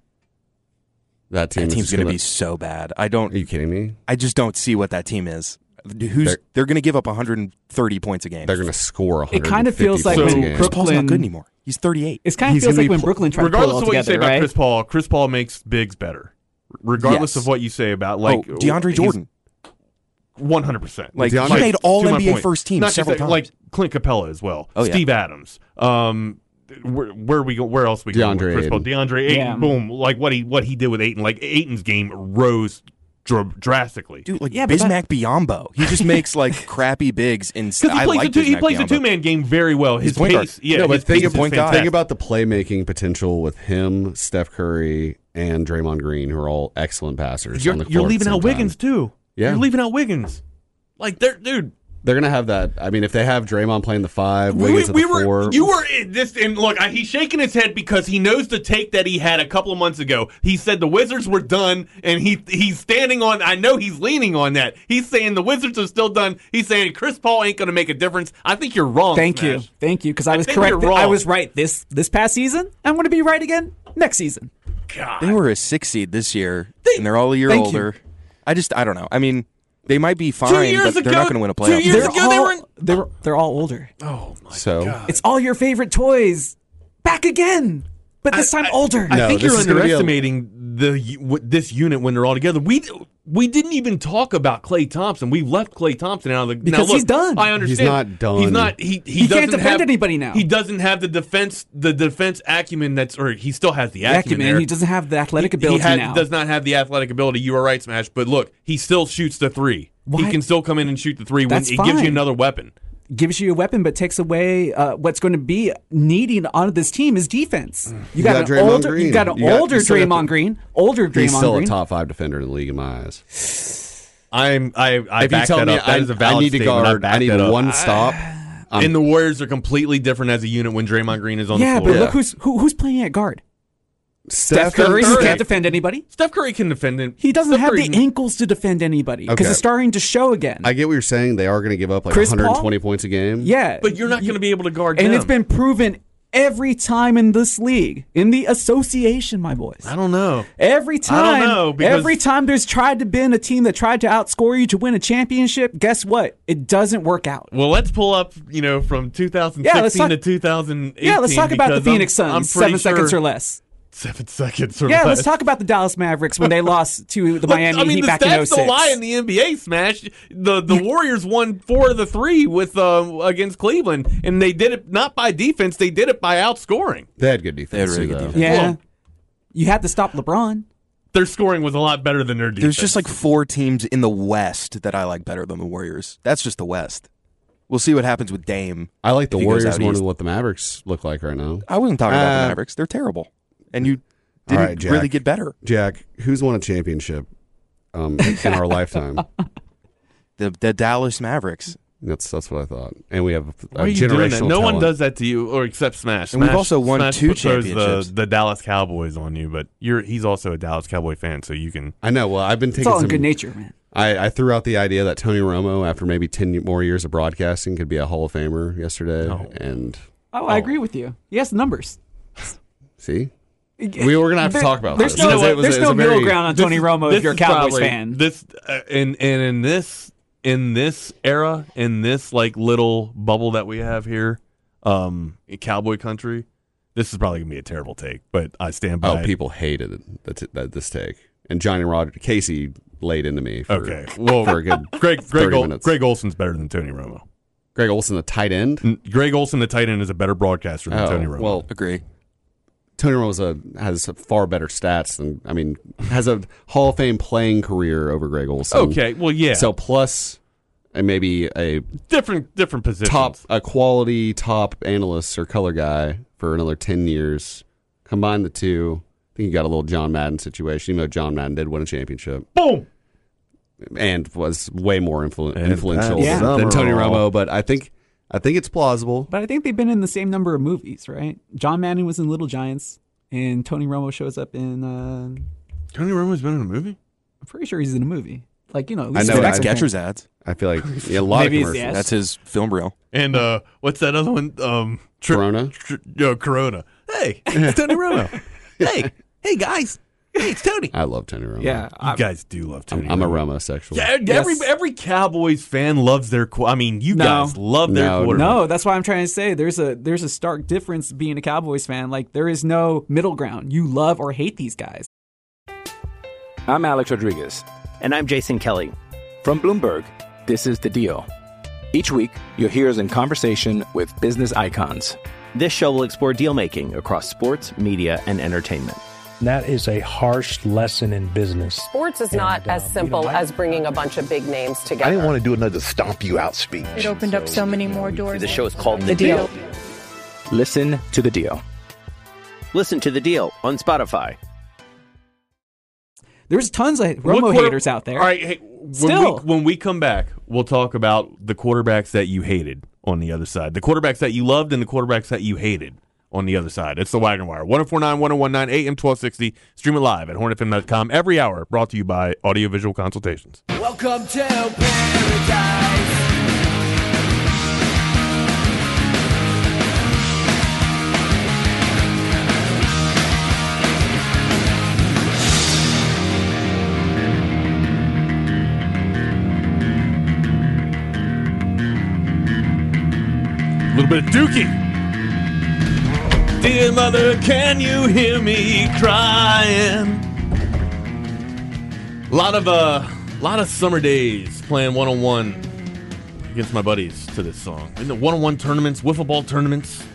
Speaker 9: That team
Speaker 10: that
Speaker 9: is
Speaker 10: team's
Speaker 9: just
Speaker 10: gonna,
Speaker 9: gonna
Speaker 10: be so bad. I don't.
Speaker 9: Are you kidding me?
Speaker 10: I just don't see what that team is. Who's
Speaker 9: They're-
Speaker 10: they're, gonna give up 130 points a game.
Speaker 9: They're gonna score.
Speaker 7: It
Speaker 9: 150
Speaker 7: kind of feels like
Speaker 9: points a
Speaker 1: So-
Speaker 7: when
Speaker 9: game.
Speaker 10: Chris Paul's not
Speaker 7: Brooklyn.
Speaker 10: good anymore. He's 38.
Speaker 7: It kind of
Speaker 9: He's
Speaker 7: feels
Speaker 9: gonna
Speaker 7: like
Speaker 9: be
Speaker 7: when
Speaker 9: pl-
Speaker 7: Brooklyn tried to pull it
Speaker 1: Regardless
Speaker 7: all
Speaker 1: of what you
Speaker 7: together,
Speaker 1: say about
Speaker 7: right?
Speaker 1: Chris Paul, Chris Paul makes bigs better. Regardless
Speaker 10: Yes.
Speaker 1: of what you say about like
Speaker 10: oh, DeAndre Jordan.
Speaker 1: one hundred percent. Like
Speaker 10: He
Speaker 1: like,
Speaker 10: made all
Speaker 1: to my
Speaker 10: NBA
Speaker 1: point.
Speaker 10: first team
Speaker 1: Not just
Speaker 10: several
Speaker 1: that,
Speaker 10: times.
Speaker 1: Like Clint Capella as well.
Speaker 10: Oh, yeah.
Speaker 1: Steve Adams. Um, where, where we go? Where else we go?
Speaker 9: DeAndre
Speaker 1: with Chris Paul,
Speaker 9: Ayton.
Speaker 1: DeAndre Ayton.
Speaker 7: Yeah.
Speaker 1: Boom! Like what he what he did with Ayton. Like Ayton's game rose dr- drastically.
Speaker 10: Dude, like
Speaker 7: Yeah, but
Speaker 10: Bismack Biyombo. He just makes like crappy bigs. In
Speaker 1: Because he
Speaker 10: I
Speaker 1: plays
Speaker 10: like
Speaker 1: a two, he
Speaker 10: Bismack
Speaker 1: plays a
Speaker 10: Biyombo.
Speaker 1: two man game very well. His
Speaker 10: point guard.
Speaker 1: pace, yeah,
Speaker 9: no, but
Speaker 1: his
Speaker 9: think,
Speaker 1: pace is
Speaker 9: think
Speaker 1: fantastic.
Speaker 9: about the playmaking potential with him, Steph Curry, and Draymond Green, who are all excellent passers.
Speaker 1: you're,
Speaker 9: on the
Speaker 1: you're
Speaker 9: court at
Speaker 1: leaving
Speaker 9: the
Speaker 1: out
Speaker 9: same time.
Speaker 1: Wiggins too.
Speaker 9: Yeah.
Speaker 1: you're leaving out Wiggins. Like they're dude.
Speaker 9: They're gonna have that. I mean, if they have Draymond playing the five,
Speaker 1: We,
Speaker 9: Wiggins
Speaker 1: we
Speaker 9: at the
Speaker 1: were
Speaker 9: four,
Speaker 1: you were in this and look I, he's shaking his head because he knows the take that he had a couple of months ago. He said the Wizards were done and he he's standing on I know he's leaning on that. He's saying the Wizards are still done. He's saying Chris Paul ain't going to make a difference. I think you're wrong.
Speaker 7: Thank
Speaker 1: Smash.
Speaker 7: you, thank you, because I was
Speaker 1: think
Speaker 7: correct.
Speaker 1: you're wrong.
Speaker 7: I was right this this past season. I'm going to be right again next season.
Speaker 10: They were a six seed this year, and they're all a year
Speaker 7: thank you.
Speaker 10: older. I just, I don't know. I mean, they might be fine,
Speaker 1: years
Speaker 10: but they're not
Speaker 1: ago-
Speaker 10: going to win a
Speaker 1: two
Speaker 10: playoff.
Speaker 1: years
Speaker 10: series.
Speaker 7: they're
Speaker 1: ago,
Speaker 7: all,
Speaker 1: they were in-
Speaker 7: they were they're all older.
Speaker 1: Oh
Speaker 9: so
Speaker 7: It's all your favorite toys back again, but this time older.
Speaker 1: I
Speaker 9: No,
Speaker 1: think
Speaker 9: this
Speaker 1: you're
Speaker 9: is gonna be a-
Speaker 1: underestimating the u- w- this unit when they're all together. We we didn't even talk about Clay Thompson. We left Clay Thompson out of the now,
Speaker 7: Because
Speaker 1: look,
Speaker 7: he's done.
Speaker 1: I understand.
Speaker 9: not done.
Speaker 1: He's not. He he,
Speaker 7: He can't
Speaker 1: doesn't
Speaker 7: defend
Speaker 1: have-
Speaker 7: anybody now.
Speaker 1: He doesn't have the defense the defense acumen that's or he still has the
Speaker 7: The
Speaker 1: acumen.
Speaker 7: acumen,
Speaker 1: there.
Speaker 7: He doesn't have the athletic ability
Speaker 1: he had-
Speaker 7: now.
Speaker 1: does not have the athletic ability. You are right, Smash. But look, he still shoots the three.
Speaker 7: Why-
Speaker 1: He can still come in and shoot the three
Speaker 7: That's
Speaker 1: when it gives
Speaker 7: fine.
Speaker 1: you another weapon.
Speaker 7: Gives you a weapon, but takes away uh, what's going to be needing on this team is defense. You
Speaker 9: Mm. got
Speaker 7: got, an
Speaker 9: Draymond
Speaker 7: older,
Speaker 9: Green.
Speaker 7: you got an
Speaker 9: You got-
Speaker 7: older
Speaker 9: you still got
Speaker 7: Draymond
Speaker 9: the-
Speaker 7: Green, older Draymond
Speaker 9: he's still
Speaker 7: Green.
Speaker 9: a top five defender in the league in my eyes.
Speaker 1: I'm I
Speaker 9: if
Speaker 1: I
Speaker 9: you
Speaker 1: back
Speaker 9: tell
Speaker 1: that
Speaker 9: me
Speaker 1: up. That
Speaker 9: I,
Speaker 1: is a
Speaker 9: I
Speaker 1: valid
Speaker 9: need to
Speaker 1: statement.
Speaker 9: guard,
Speaker 1: back
Speaker 9: I need
Speaker 1: that up. Ah.
Speaker 9: one stop. I'm-
Speaker 1: and the Warriors are completely different as a unit when Draymond Green is on
Speaker 7: yeah,
Speaker 1: the floor.
Speaker 7: but look who's who, who's playing at guard.
Speaker 9: Steph,
Speaker 7: Curry, who
Speaker 1: Curry.
Speaker 7: can't defend anybody.
Speaker 1: Steph Curry can defend him.
Speaker 7: He doesn't
Speaker 1: Steph
Speaker 7: have
Speaker 1: Curry
Speaker 7: the ankles to defend anybody because
Speaker 9: Okay.
Speaker 7: it's starting to show again.
Speaker 9: I get what you're saying. They are going to give up like
Speaker 7: Chris
Speaker 9: 120
Speaker 7: Paul?
Speaker 9: points a game.
Speaker 7: yeah,
Speaker 1: But you're not going to be able to guard
Speaker 7: and
Speaker 1: them.
Speaker 7: it's been proven every time in this league, in the association, my boys.
Speaker 1: I don't know.
Speaker 7: Every
Speaker 1: I
Speaker 7: time,
Speaker 1: don't know, because-
Speaker 7: every time there's tried to been a team that tried to outscore you to win a championship. Guess what? It doesn't work out.
Speaker 1: Well, let's pull up. You know, from 2016
Speaker 7: Yeah, let's talk-
Speaker 1: to 2018.
Speaker 7: yeah, let's talk about the
Speaker 1: because I'm-
Speaker 7: Phoenix Suns.
Speaker 1: I'm pretty
Speaker 7: seven seconds
Speaker 1: sure-
Speaker 7: or less.
Speaker 1: seven seconds. Or
Speaker 7: Yeah, let's
Speaker 1: less.
Speaker 7: talk about the Dallas Mavericks when they lost to the
Speaker 1: Look,
Speaker 7: Miami
Speaker 1: I mean,
Speaker 7: Heat
Speaker 1: the
Speaker 7: back in
Speaker 1: stats
Speaker 7: 06.
Speaker 1: don't lie in the NBA Smash. The the Warriors won four of the three with um, against Cleveland, and they did it not by defense. They did it by outscoring.
Speaker 9: They had good defense.
Speaker 10: really good
Speaker 9: too, though.
Speaker 10: defense.
Speaker 7: oh Yeah.
Speaker 1: Well-
Speaker 7: you had to stop LeBron.
Speaker 1: Their scoring was a lot better than their
Speaker 10: There's
Speaker 1: defense.
Speaker 10: just like four teams in the West that I like better than the Warriors. That's just the West. We'll see what happens with Dame.
Speaker 9: I like the
Speaker 10: if he goes
Speaker 9: Warriors
Speaker 10: out
Speaker 9: more than
Speaker 10: east.
Speaker 9: what the Mavericks look like right now.
Speaker 10: I wasn't talking about
Speaker 9: Uh,
Speaker 10: the Mavericks. They're terrible. And you
Speaker 9: All
Speaker 10: didn't
Speaker 9: right, Jack.
Speaker 10: really get better.
Speaker 9: Jack, who's won a championship um, in our lifetime?
Speaker 10: The the Dallas Mavericks.
Speaker 9: That's that's what I thought. And we have a,
Speaker 1: Why are you doing that?
Speaker 9: generational.
Speaker 1: No one
Speaker 9: talent.
Speaker 1: does that to you, or except Smash.
Speaker 10: And we've
Speaker 1: Smash-
Speaker 10: also won
Speaker 1: Smash
Speaker 10: two
Speaker 1: puts those, uh,
Speaker 10: championships.
Speaker 1: The, the Dallas Cowboys on you, but you're he's also a Dallas Cowboy fan, so you can.
Speaker 9: I know. Well, I've been taking
Speaker 7: It's all in
Speaker 9: some
Speaker 7: good nature, man.
Speaker 9: I, I threw out the idea that Tony Romo, after maybe ten more years of broadcasting, could be a Hall of Famer yesterday. And
Speaker 7: Oh, I agree with you. Yes, numbers.
Speaker 9: see, we were gonna have to
Speaker 7: There-
Speaker 9: talk about
Speaker 7: there's
Speaker 9: this.
Speaker 7: no-
Speaker 9: because it was-
Speaker 7: there's
Speaker 9: it was
Speaker 7: no
Speaker 9: a very-
Speaker 7: middle ground on Tony
Speaker 1: is-
Speaker 7: Romo if you're a
Speaker 1: is
Speaker 7: Cowboys
Speaker 1: probably-
Speaker 7: fan.
Speaker 1: This uh, and and in this in this era in this like little bubble that we have here, um, in Cowboy country. This is probably gonna be a terrible take, but I stand by.
Speaker 9: Oh,
Speaker 1: it.
Speaker 9: people hated it, that, that this take, and Johnny Roger Casey laid into me. For,
Speaker 1: Okay, well,
Speaker 9: for a good
Speaker 1: Greg Greg
Speaker 9: 30
Speaker 1: Ol-
Speaker 9: minutes.
Speaker 1: Greg Olson's better than Tony Romo.
Speaker 9: Greg Olson, the tight end.
Speaker 1: N- Greg Olson, the tight end, is a better broadcaster than
Speaker 9: Oh,
Speaker 1: Tony Romo.
Speaker 9: Well,
Speaker 10: Agree.
Speaker 9: Tony Romo has far better stats than I mean has a Hall of Fame playing career over Greg Olson.
Speaker 1: okay, well, yeah,
Speaker 9: So plus, and maybe a
Speaker 1: different different positions.
Speaker 9: top a quality top analyst or color guy for another 10 years combine the two i think you got a little john madden situation even though john madden did win a championship
Speaker 1: Boom.
Speaker 9: and was way more influ-
Speaker 1: And
Speaker 9: influential
Speaker 7: that's
Speaker 9: than, than tony
Speaker 1: summer
Speaker 9: romo but i think i think it's plausible
Speaker 7: But I think they've been in the same number of movies, right? John Madden was in Little Giants, and Tony Romo shows up in. Uh,
Speaker 1: Tony Romo's been in a movie.
Speaker 7: I'm pretty sure he's in a movie. Like you know, at
Speaker 9: I
Speaker 7: least
Speaker 9: know,
Speaker 7: the
Speaker 9: I-
Speaker 7: next one.
Speaker 10: Skechers ads.
Speaker 9: i feel like yeah, a lot
Speaker 7: Maybe
Speaker 9: of
Speaker 7: it's
Speaker 9: commercials
Speaker 7: the
Speaker 10: That's his film reel.
Speaker 1: And uh, what's that other one? Um, tri-
Speaker 9: Corona?
Speaker 1: Tri- uh, Corona. Hey, it's Tony Romo. hey, hey guys. Hey, it's Tony. You
Speaker 9: i love tony romo
Speaker 7: Yeah, I-
Speaker 1: guys do love Tony.
Speaker 9: i'm a
Speaker 1: Romo.
Speaker 9: romo sexual
Speaker 1: Yeah, every
Speaker 7: Yes.
Speaker 1: every Cowboys fan loves their. qu- I mean, you
Speaker 7: No.
Speaker 1: guys love their
Speaker 9: No,
Speaker 1: quarterback.
Speaker 7: No, that's why I'm trying to say there's a there's a stark difference being a Cowboys fan. Like there is no middle ground. You love or hate these guys.
Speaker 11: I'm Alex Rodriguez.
Speaker 12: And I'm Jason Kelly.
Speaker 11: From Bloomberg, this is The Deal. Each week, you'll hear us in conversation with business icons.
Speaker 12: This show will explore deal making across sports, media, and entertainment.
Speaker 13: And that is a harsh lesson in business.
Speaker 14: Sports is not as simple as bringing a bunch of big names together.
Speaker 15: I didn't want to do another stomp you out speech.
Speaker 5: It opened up so many more doors.
Speaker 12: The show is called
Speaker 5: The Deal.
Speaker 11: Listen to The Deal.
Speaker 12: Listen to the deal on Spotify.
Speaker 7: There's tons of
Speaker 1: What
Speaker 7: Romo
Speaker 1: quarter-
Speaker 7: haters out there.
Speaker 1: All right, hey, when
Speaker 7: Still.
Speaker 1: we, when we come back, we'll talk about the quarterbacks that you hated on the other side, the quarterbacks that you loved, and the quarterbacks that you hated on the other side. It's the Wagon Wire, 1049, 1019, AM 1260. Stream it live at hornfm.com every hour. Brought to you by Audiovisual Consultations.
Speaker 6: Welcome to paradise.
Speaker 1: A little bit of Dookie. Dear mother, can you hear me crying? A lot of uh, lot of summer days playing one on one against my buddies to this song. In the one on one tournaments, wiffle ball tournaments.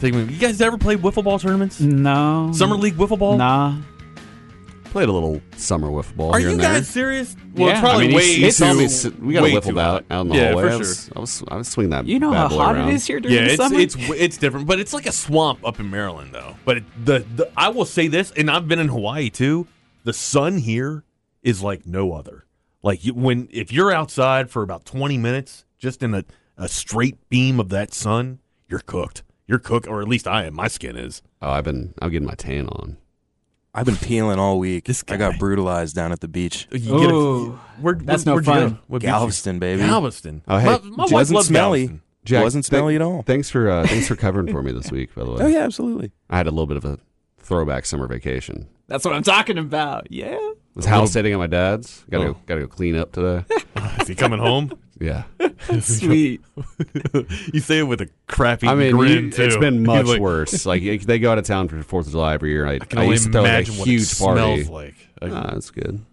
Speaker 1: Take me. You guys ever played wiffle ball tournaments?
Speaker 7: No
Speaker 1: Summer league wiffle ball.
Speaker 7: Nah,
Speaker 1: Played a little.
Speaker 9: summer wiffle ball
Speaker 1: Are
Speaker 9: here
Speaker 1: you
Speaker 9: and
Speaker 1: guys
Speaker 9: there
Speaker 1: serious? Well,
Speaker 7: Yeah.
Speaker 1: it's probably
Speaker 7: I mean,
Speaker 1: way
Speaker 7: you-
Speaker 9: you saw
Speaker 1: too-
Speaker 9: me s- we got a
Speaker 1: way too
Speaker 9: wiffle out
Speaker 1: hot.
Speaker 9: out in the
Speaker 1: yeah,
Speaker 9: hallway.
Speaker 1: for
Speaker 9: I,
Speaker 1: sure.
Speaker 9: was, I was I was swinging that.
Speaker 7: you know
Speaker 9: bad
Speaker 7: how
Speaker 9: boy
Speaker 7: hot
Speaker 9: around.
Speaker 7: it is here during
Speaker 1: Yeah,
Speaker 7: the
Speaker 1: it's,
Speaker 7: summer.
Speaker 1: it's it's different, but it's like a swamp up in Maryland, though. But it, the, the I will say this, and I've been in Hawaii too. The sun here is like no other. Like you, when if you're outside for about 20 minutes, just in a, a straight beam of that sun, you're cooked. You're cooked, or at least I am. My skin is.
Speaker 9: Oh, I've been I'm getting my tan on.
Speaker 10: I've been peeling all week.
Speaker 1: This
Speaker 10: I
Speaker 1: guy.
Speaker 10: got brutalized down at the beach.
Speaker 1: You
Speaker 7: Ooh,
Speaker 1: where-
Speaker 7: that's
Speaker 1: where-
Speaker 7: no
Speaker 1: where'd you
Speaker 7: fun.
Speaker 1: go? What beach you-
Speaker 10: Galveston, baby.
Speaker 1: Galveston.
Speaker 9: Oh, hey,
Speaker 1: my my
Speaker 9: Jack-
Speaker 1: wife
Speaker 10: wasn't
Speaker 1: loves
Speaker 10: smelly.
Speaker 1: Galveston.
Speaker 10: Wasn't smelly at all.
Speaker 9: Thanks for uh, thanks for covering for me this week, by the way.
Speaker 10: Oh yeah, absolutely.
Speaker 9: I had a little bit of a throwback summer vacation.
Speaker 7: that's what I'm talking about. Yeah,
Speaker 9: Was house sitting at my dad's. Got to
Speaker 1: Oh.
Speaker 9: go, got to go clean up today.
Speaker 1: Is he coming home?
Speaker 9: Yeah,
Speaker 7: Sweet.
Speaker 1: you say it with a crappy
Speaker 9: I mean,
Speaker 1: grin,
Speaker 9: you-
Speaker 1: too.
Speaker 9: it's been
Speaker 1: You're
Speaker 9: much
Speaker 1: like,
Speaker 9: worse. Like y- they go out of town for Fourth of July every year. I, I,
Speaker 1: can only
Speaker 9: used to throw like, a
Speaker 1: imagine what it
Speaker 9: huge party.
Speaker 1: smells like. I-
Speaker 9: Ah, that's good.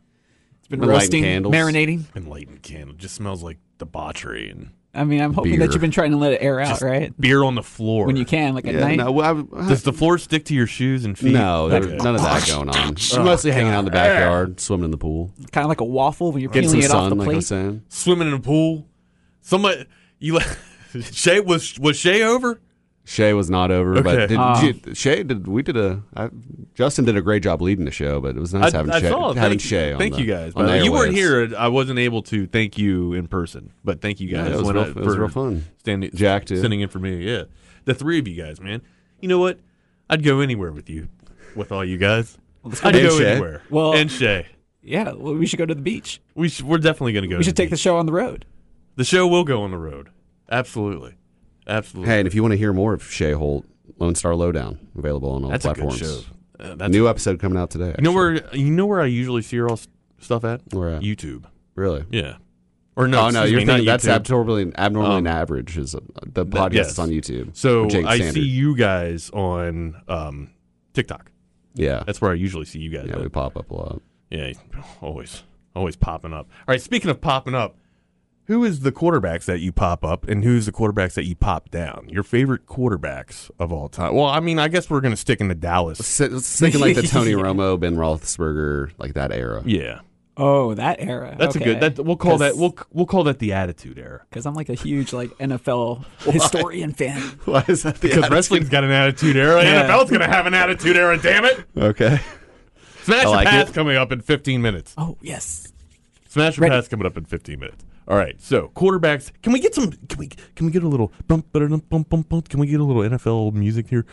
Speaker 9: It's
Speaker 7: been roasting, marinating.
Speaker 1: And lighting candle just smells like debauchery and
Speaker 7: I mean, I'm hoping
Speaker 1: Beer.
Speaker 7: that you've been trying to let it air out,
Speaker 1: Just
Speaker 7: right?
Speaker 1: beer on the floor
Speaker 7: When you can, like at
Speaker 9: Yeah,
Speaker 7: night.
Speaker 9: no, well, I-
Speaker 1: Does the floor stick to your shoes and feet?
Speaker 9: No, there-
Speaker 1: Okay.
Speaker 9: none of that going on.
Speaker 1: Oh,
Speaker 9: mostly hanging out in the
Speaker 1: God.
Speaker 9: backyard, swimming in the pool,
Speaker 7: Kind of like a waffle when you're
Speaker 9: getting
Speaker 7: peeling
Speaker 9: some
Speaker 7: it off the
Speaker 9: sun, like I
Speaker 7: plate.
Speaker 9: was saying.
Speaker 1: Swimming in a pool. Somebody you let- Shay was was Shay over?
Speaker 9: Shay was not over,
Speaker 1: Okay.
Speaker 9: but did,
Speaker 1: Ah.
Speaker 9: you- Shay did. We did a. I, Justin did a great job leading the show, but it was nice
Speaker 1: I,
Speaker 9: having
Speaker 1: I
Speaker 9: Shay.
Speaker 1: saw.
Speaker 9: having
Speaker 1: thank
Speaker 9: Shay
Speaker 1: you,
Speaker 9: on
Speaker 1: thank
Speaker 9: the-
Speaker 1: you
Speaker 9: on
Speaker 1: guys. by
Speaker 9: the
Speaker 1: the way. you weren't
Speaker 9: airwaves.
Speaker 1: here. I wasn't able to thank you in person, but thank you
Speaker 9: Yeah,
Speaker 1: guys.
Speaker 9: it was
Speaker 1: when
Speaker 9: real-
Speaker 1: I-
Speaker 9: it was
Speaker 1: for
Speaker 9: real fun.
Speaker 1: Standing,
Speaker 9: Jack, too.
Speaker 1: sending in for me. Yeah, the three of you guys, man. You know what? I'd go anywhere with you, with all you guys. I'd
Speaker 9: And
Speaker 1: go
Speaker 9: Shay.
Speaker 1: anywhere.
Speaker 7: Well-
Speaker 1: and Shay,
Speaker 7: Yeah, well, we should go to the beach.
Speaker 1: we sh- we're definitely going to go.
Speaker 7: we
Speaker 1: to
Speaker 7: should take the show on the road.
Speaker 1: the show. Will go on the road. Absolutely, absolutely.
Speaker 9: Hey, and if you want to hear more of Shay Holt, Lone Star Lowdown, available on all
Speaker 1: That's a good
Speaker 9: platforms.
Speaker 1: show. Uh, that's-
Speaker 9: New episode coming out today.
Speaker 1: you know where you know where I usually see your all s- stuff at?
Speaker 9: Where at?
Speaker 1: YouTube.
Speaker 9: Really?
Speaker 1: Yeah. Or
Speaker 9: oh
Speaker 1: no?
Speaker 9: no,
Speaker 1: excuse
Speaker 9: you're
Speaker 1: me,
Speaker 9: thinking
Speaker 1: not
Speaker 9: that's
Speaker 1: YouTube.
Speaker 9: abnormally abnormally
Speaker 1: Um,
Speaker 9: average is uh, the
Speaker 1: That-
Speaker 9: podcast
Speaker 1: yes.
Speaker 9: is on YouTube.
Speaker 1: So
Speaker 9: with Jake
Speaker 1: I
Speaker 9: Sander.
Speaker 1: see you guys on um, TikTok.
Speaker 9: Yeah,
Speaker 1: That's where I usually see you guys.
Speaker 9: yeah,
Speaker 1: at.
Speaker 9: we pop up a lot.
Speaker 1: Yeah, always, always popping up. All right. Speaking of popping up, who is the quarterbacks that you pop up, and who's the quarterbacks that you pop down? Your favorite quarterbacks of all time? Well, I mean, I guess we're gonna stick in the Dallas.
Speaker 9: So, it's thinking like the Tony Romo, Ben Roethlisberger, like that era.
Speaker 1: Yeah,
Speaker 7: Oh, that era.
Speaker 1: that's a good. That we'll call that. We'll we'll call that the attitude era.
Speaker 7: because I'm like a huge like NFL historian fan.
Speaker 9: Why is that? The
Speaker 1: Because wrestling's got an attitude era.
Speaker 7: Yeah.
Speaker 1: NFL's gonna have an attitude era. Damn it!
Speaker 9: Okay.
Speaker 1: Smash
Speaker 9: I
Speaker 1: the
Speaker 9: like
Speaker 1: pass
Speaker 9: it.
Speaker 1: coming up in 15 minutes.
Speaker 7: Oh yes.
Speaker 1: Smash or
Speaker 7: Ready.
Speaker 1: pass coming up in 15 minutes. All right, so quarterbacks. Can we get some? Can we can we get a little bump ba-da-dum, bump bump bump? Can we get a little NFL music here?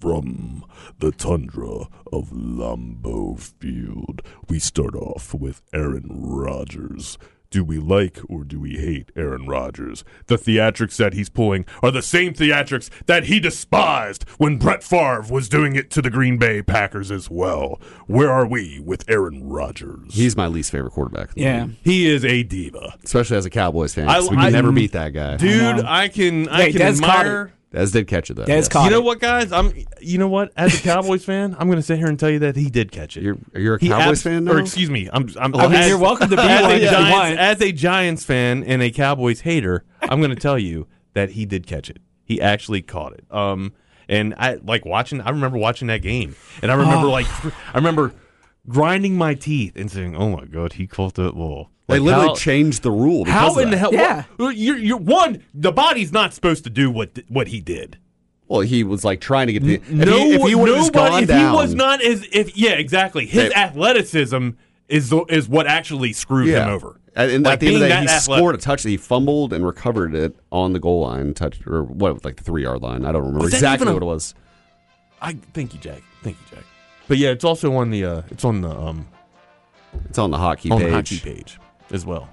Speaker 1: From the tundra of Lambeau Field, we start off with Aaron Rodgers. Do we like or do we hate Aaron Rodgers? The theatrics that he's pulling are the same theatrics that he despised when Brett Favre was doing it to the Green Bay Packers as well. Where are we with Aaron Rodgers?
Speaker 9: He's my least favorite quarterback. in the
Speaker 7: Yeah.
Speaker 9: league,
Speaker 1: He is a diva,
Speaker 9: especially as a Cowboys fan. 'cause
Speaker 1: I-
Speaker 9: we can
Speaker 1: I-
Speaker 9: never beat that guy.
Speaker 1: dude. I can I
Speaker 7: Hey,
Speaker 1: can
Speaker 7: Dez caught
Speaker 1: admire.
Speaker 9: Dez did catch it though.
Speaker 7: Dez
Speaker 9: yes.
Speaker 7: caught
Speaker 1: You know
Speaker 7: it.
Speaker 1: what, guys? I'm. You know what? As a Cowboys fan, I'm going to sit here and tell you that he did catch it.
Speaker 9: You're you're a
Speaker 1: He
Speaker 9: Cowboys
Speaker 1: abs-
Speaker 9: fan now.
Speaker 1: Or excuse me, I'm. I'm
Speaker 7: I mean,
Speaker 1: as-
Speaker 7: you're welcome to be
Speaker 1: as
Speaker 7: one
Speaker 1: a
Speaker 7: if you
Speaker 1: Giants,
Speaker 7: want.
Speaker 1: as a Giants fan and a Cowboys hater, I'm going to tell you that he did catch it. He actually caught it. Um, and I like watching. I remember watching that game, and I
Speaker 7: Uh-huh.
Speaker 1: remember like I remember grinding my teeth and saying, "Oh my god, he caught that ball."
Speaker 9: they
Speaker 1: Like,
Speaker 9: literally
Speaker 1: how-
Speaker 9: changed the rule. because
Speaker 1: How
Speaker 9: of
Speaker 1: in the
Speaker 9: that.
Speaker 1: hell?
Speaker 7: Yeah.
Speaker 1: what- you're, you're one. The body's not supposed to do what what he did.
Speaker 9: Well, he was like trying to get the. If
Speaker 1: no,
Speaker 9: he, if he would've just
Speaker 1: nobody-
Speaker 9: gone
Speaker 1: if
Speaker 9: down,
Speaker 1: he was not as if yeah, exactly. His
Speaker 9: They-
Speaker 1: athleticism is the, is what actually screwed him over.
Speaker 9: And, and
Speaker 1: Like,
Speaker 9: at the end of
Speaker 1: being
Speaker 9: the day, he
Speaker 1: that athletic-
Speaker 9: scored a touch. He fumbled and recovered it on the goal line, touched or what, like the three yard line. I don't remember
Speaker 1: Was that
Speaker 9: exactly
Speaker 1: even a-
Speaker 9: what it was.
Speaker 1: I thank you, Jack. Thank you, Jack. But yeah, it's also on the uh, it's on the um
Speaker 9: It's on the hockey
Speaker 1: on
Speaker 9: page.
Speaker 1: the hockey page as well.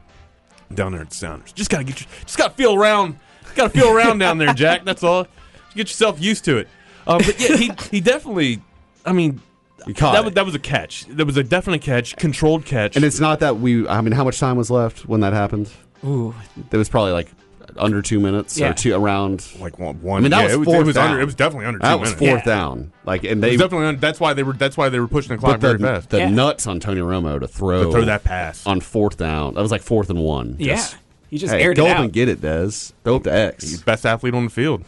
Speaker 1: Down there at Sounders, just gotta get your, just gotta feel around, gotta feel around down there, Jack. That's all. Just get yourself used to it. Uh, but yeah, he he definitely. I mean,
Speaker 9: He caught
Speaker 1: that
Speaker 9: it.
Speaker 1: was that was a catch. That was a definite catch, controlled catch.
Speaker 9: and it's not that we. I mean, how much time was left when that happened?
Speaker 7: Ooh,
Speaker 9: There was probably like under two minutes
Speaker 7: Yeah.
Speaker 9: or two around.
Speaker 1: like one. one
Speaker 9: I mean, that
Speaker 1: yeah,
Speaker 9: was
Speaker 1: it was,
Speaker 9: fourth
Speaker 1: it was
Speaker 9: down.
Speaker 1: under. It was definitely under two
Speaker 9: that
Speaker 1: minutes.
Speaker 9: was
Speaker 1: It
Speaker 9: fourth down. Like, and they
Speaker 1: was definitely under, that's why they were that's why they were pushing the clock
Speaker 9: put the,
Speaker 1: very fast.
Speaker 9: the
Speaker 7: Yeah.
Speaker 9: nuts on Tony Romo to throw
Speaker 1: To throw that pass.
Speaker 9: on fourth down. That was like fourth and one.
Speaker 7: yeah.
Speaker 9: Just,
Speaker 7: he just
Speaker 9: hey,
Speaker 7: aired
Speaker 9: go
Speaker 7: it
Speaker 9: up
Speaker 7: out.
Speaker 9: and get it, Des. Go up to
Speaker 1: He's
Speaker 9: X.
Speaker 1: best athlete on the field.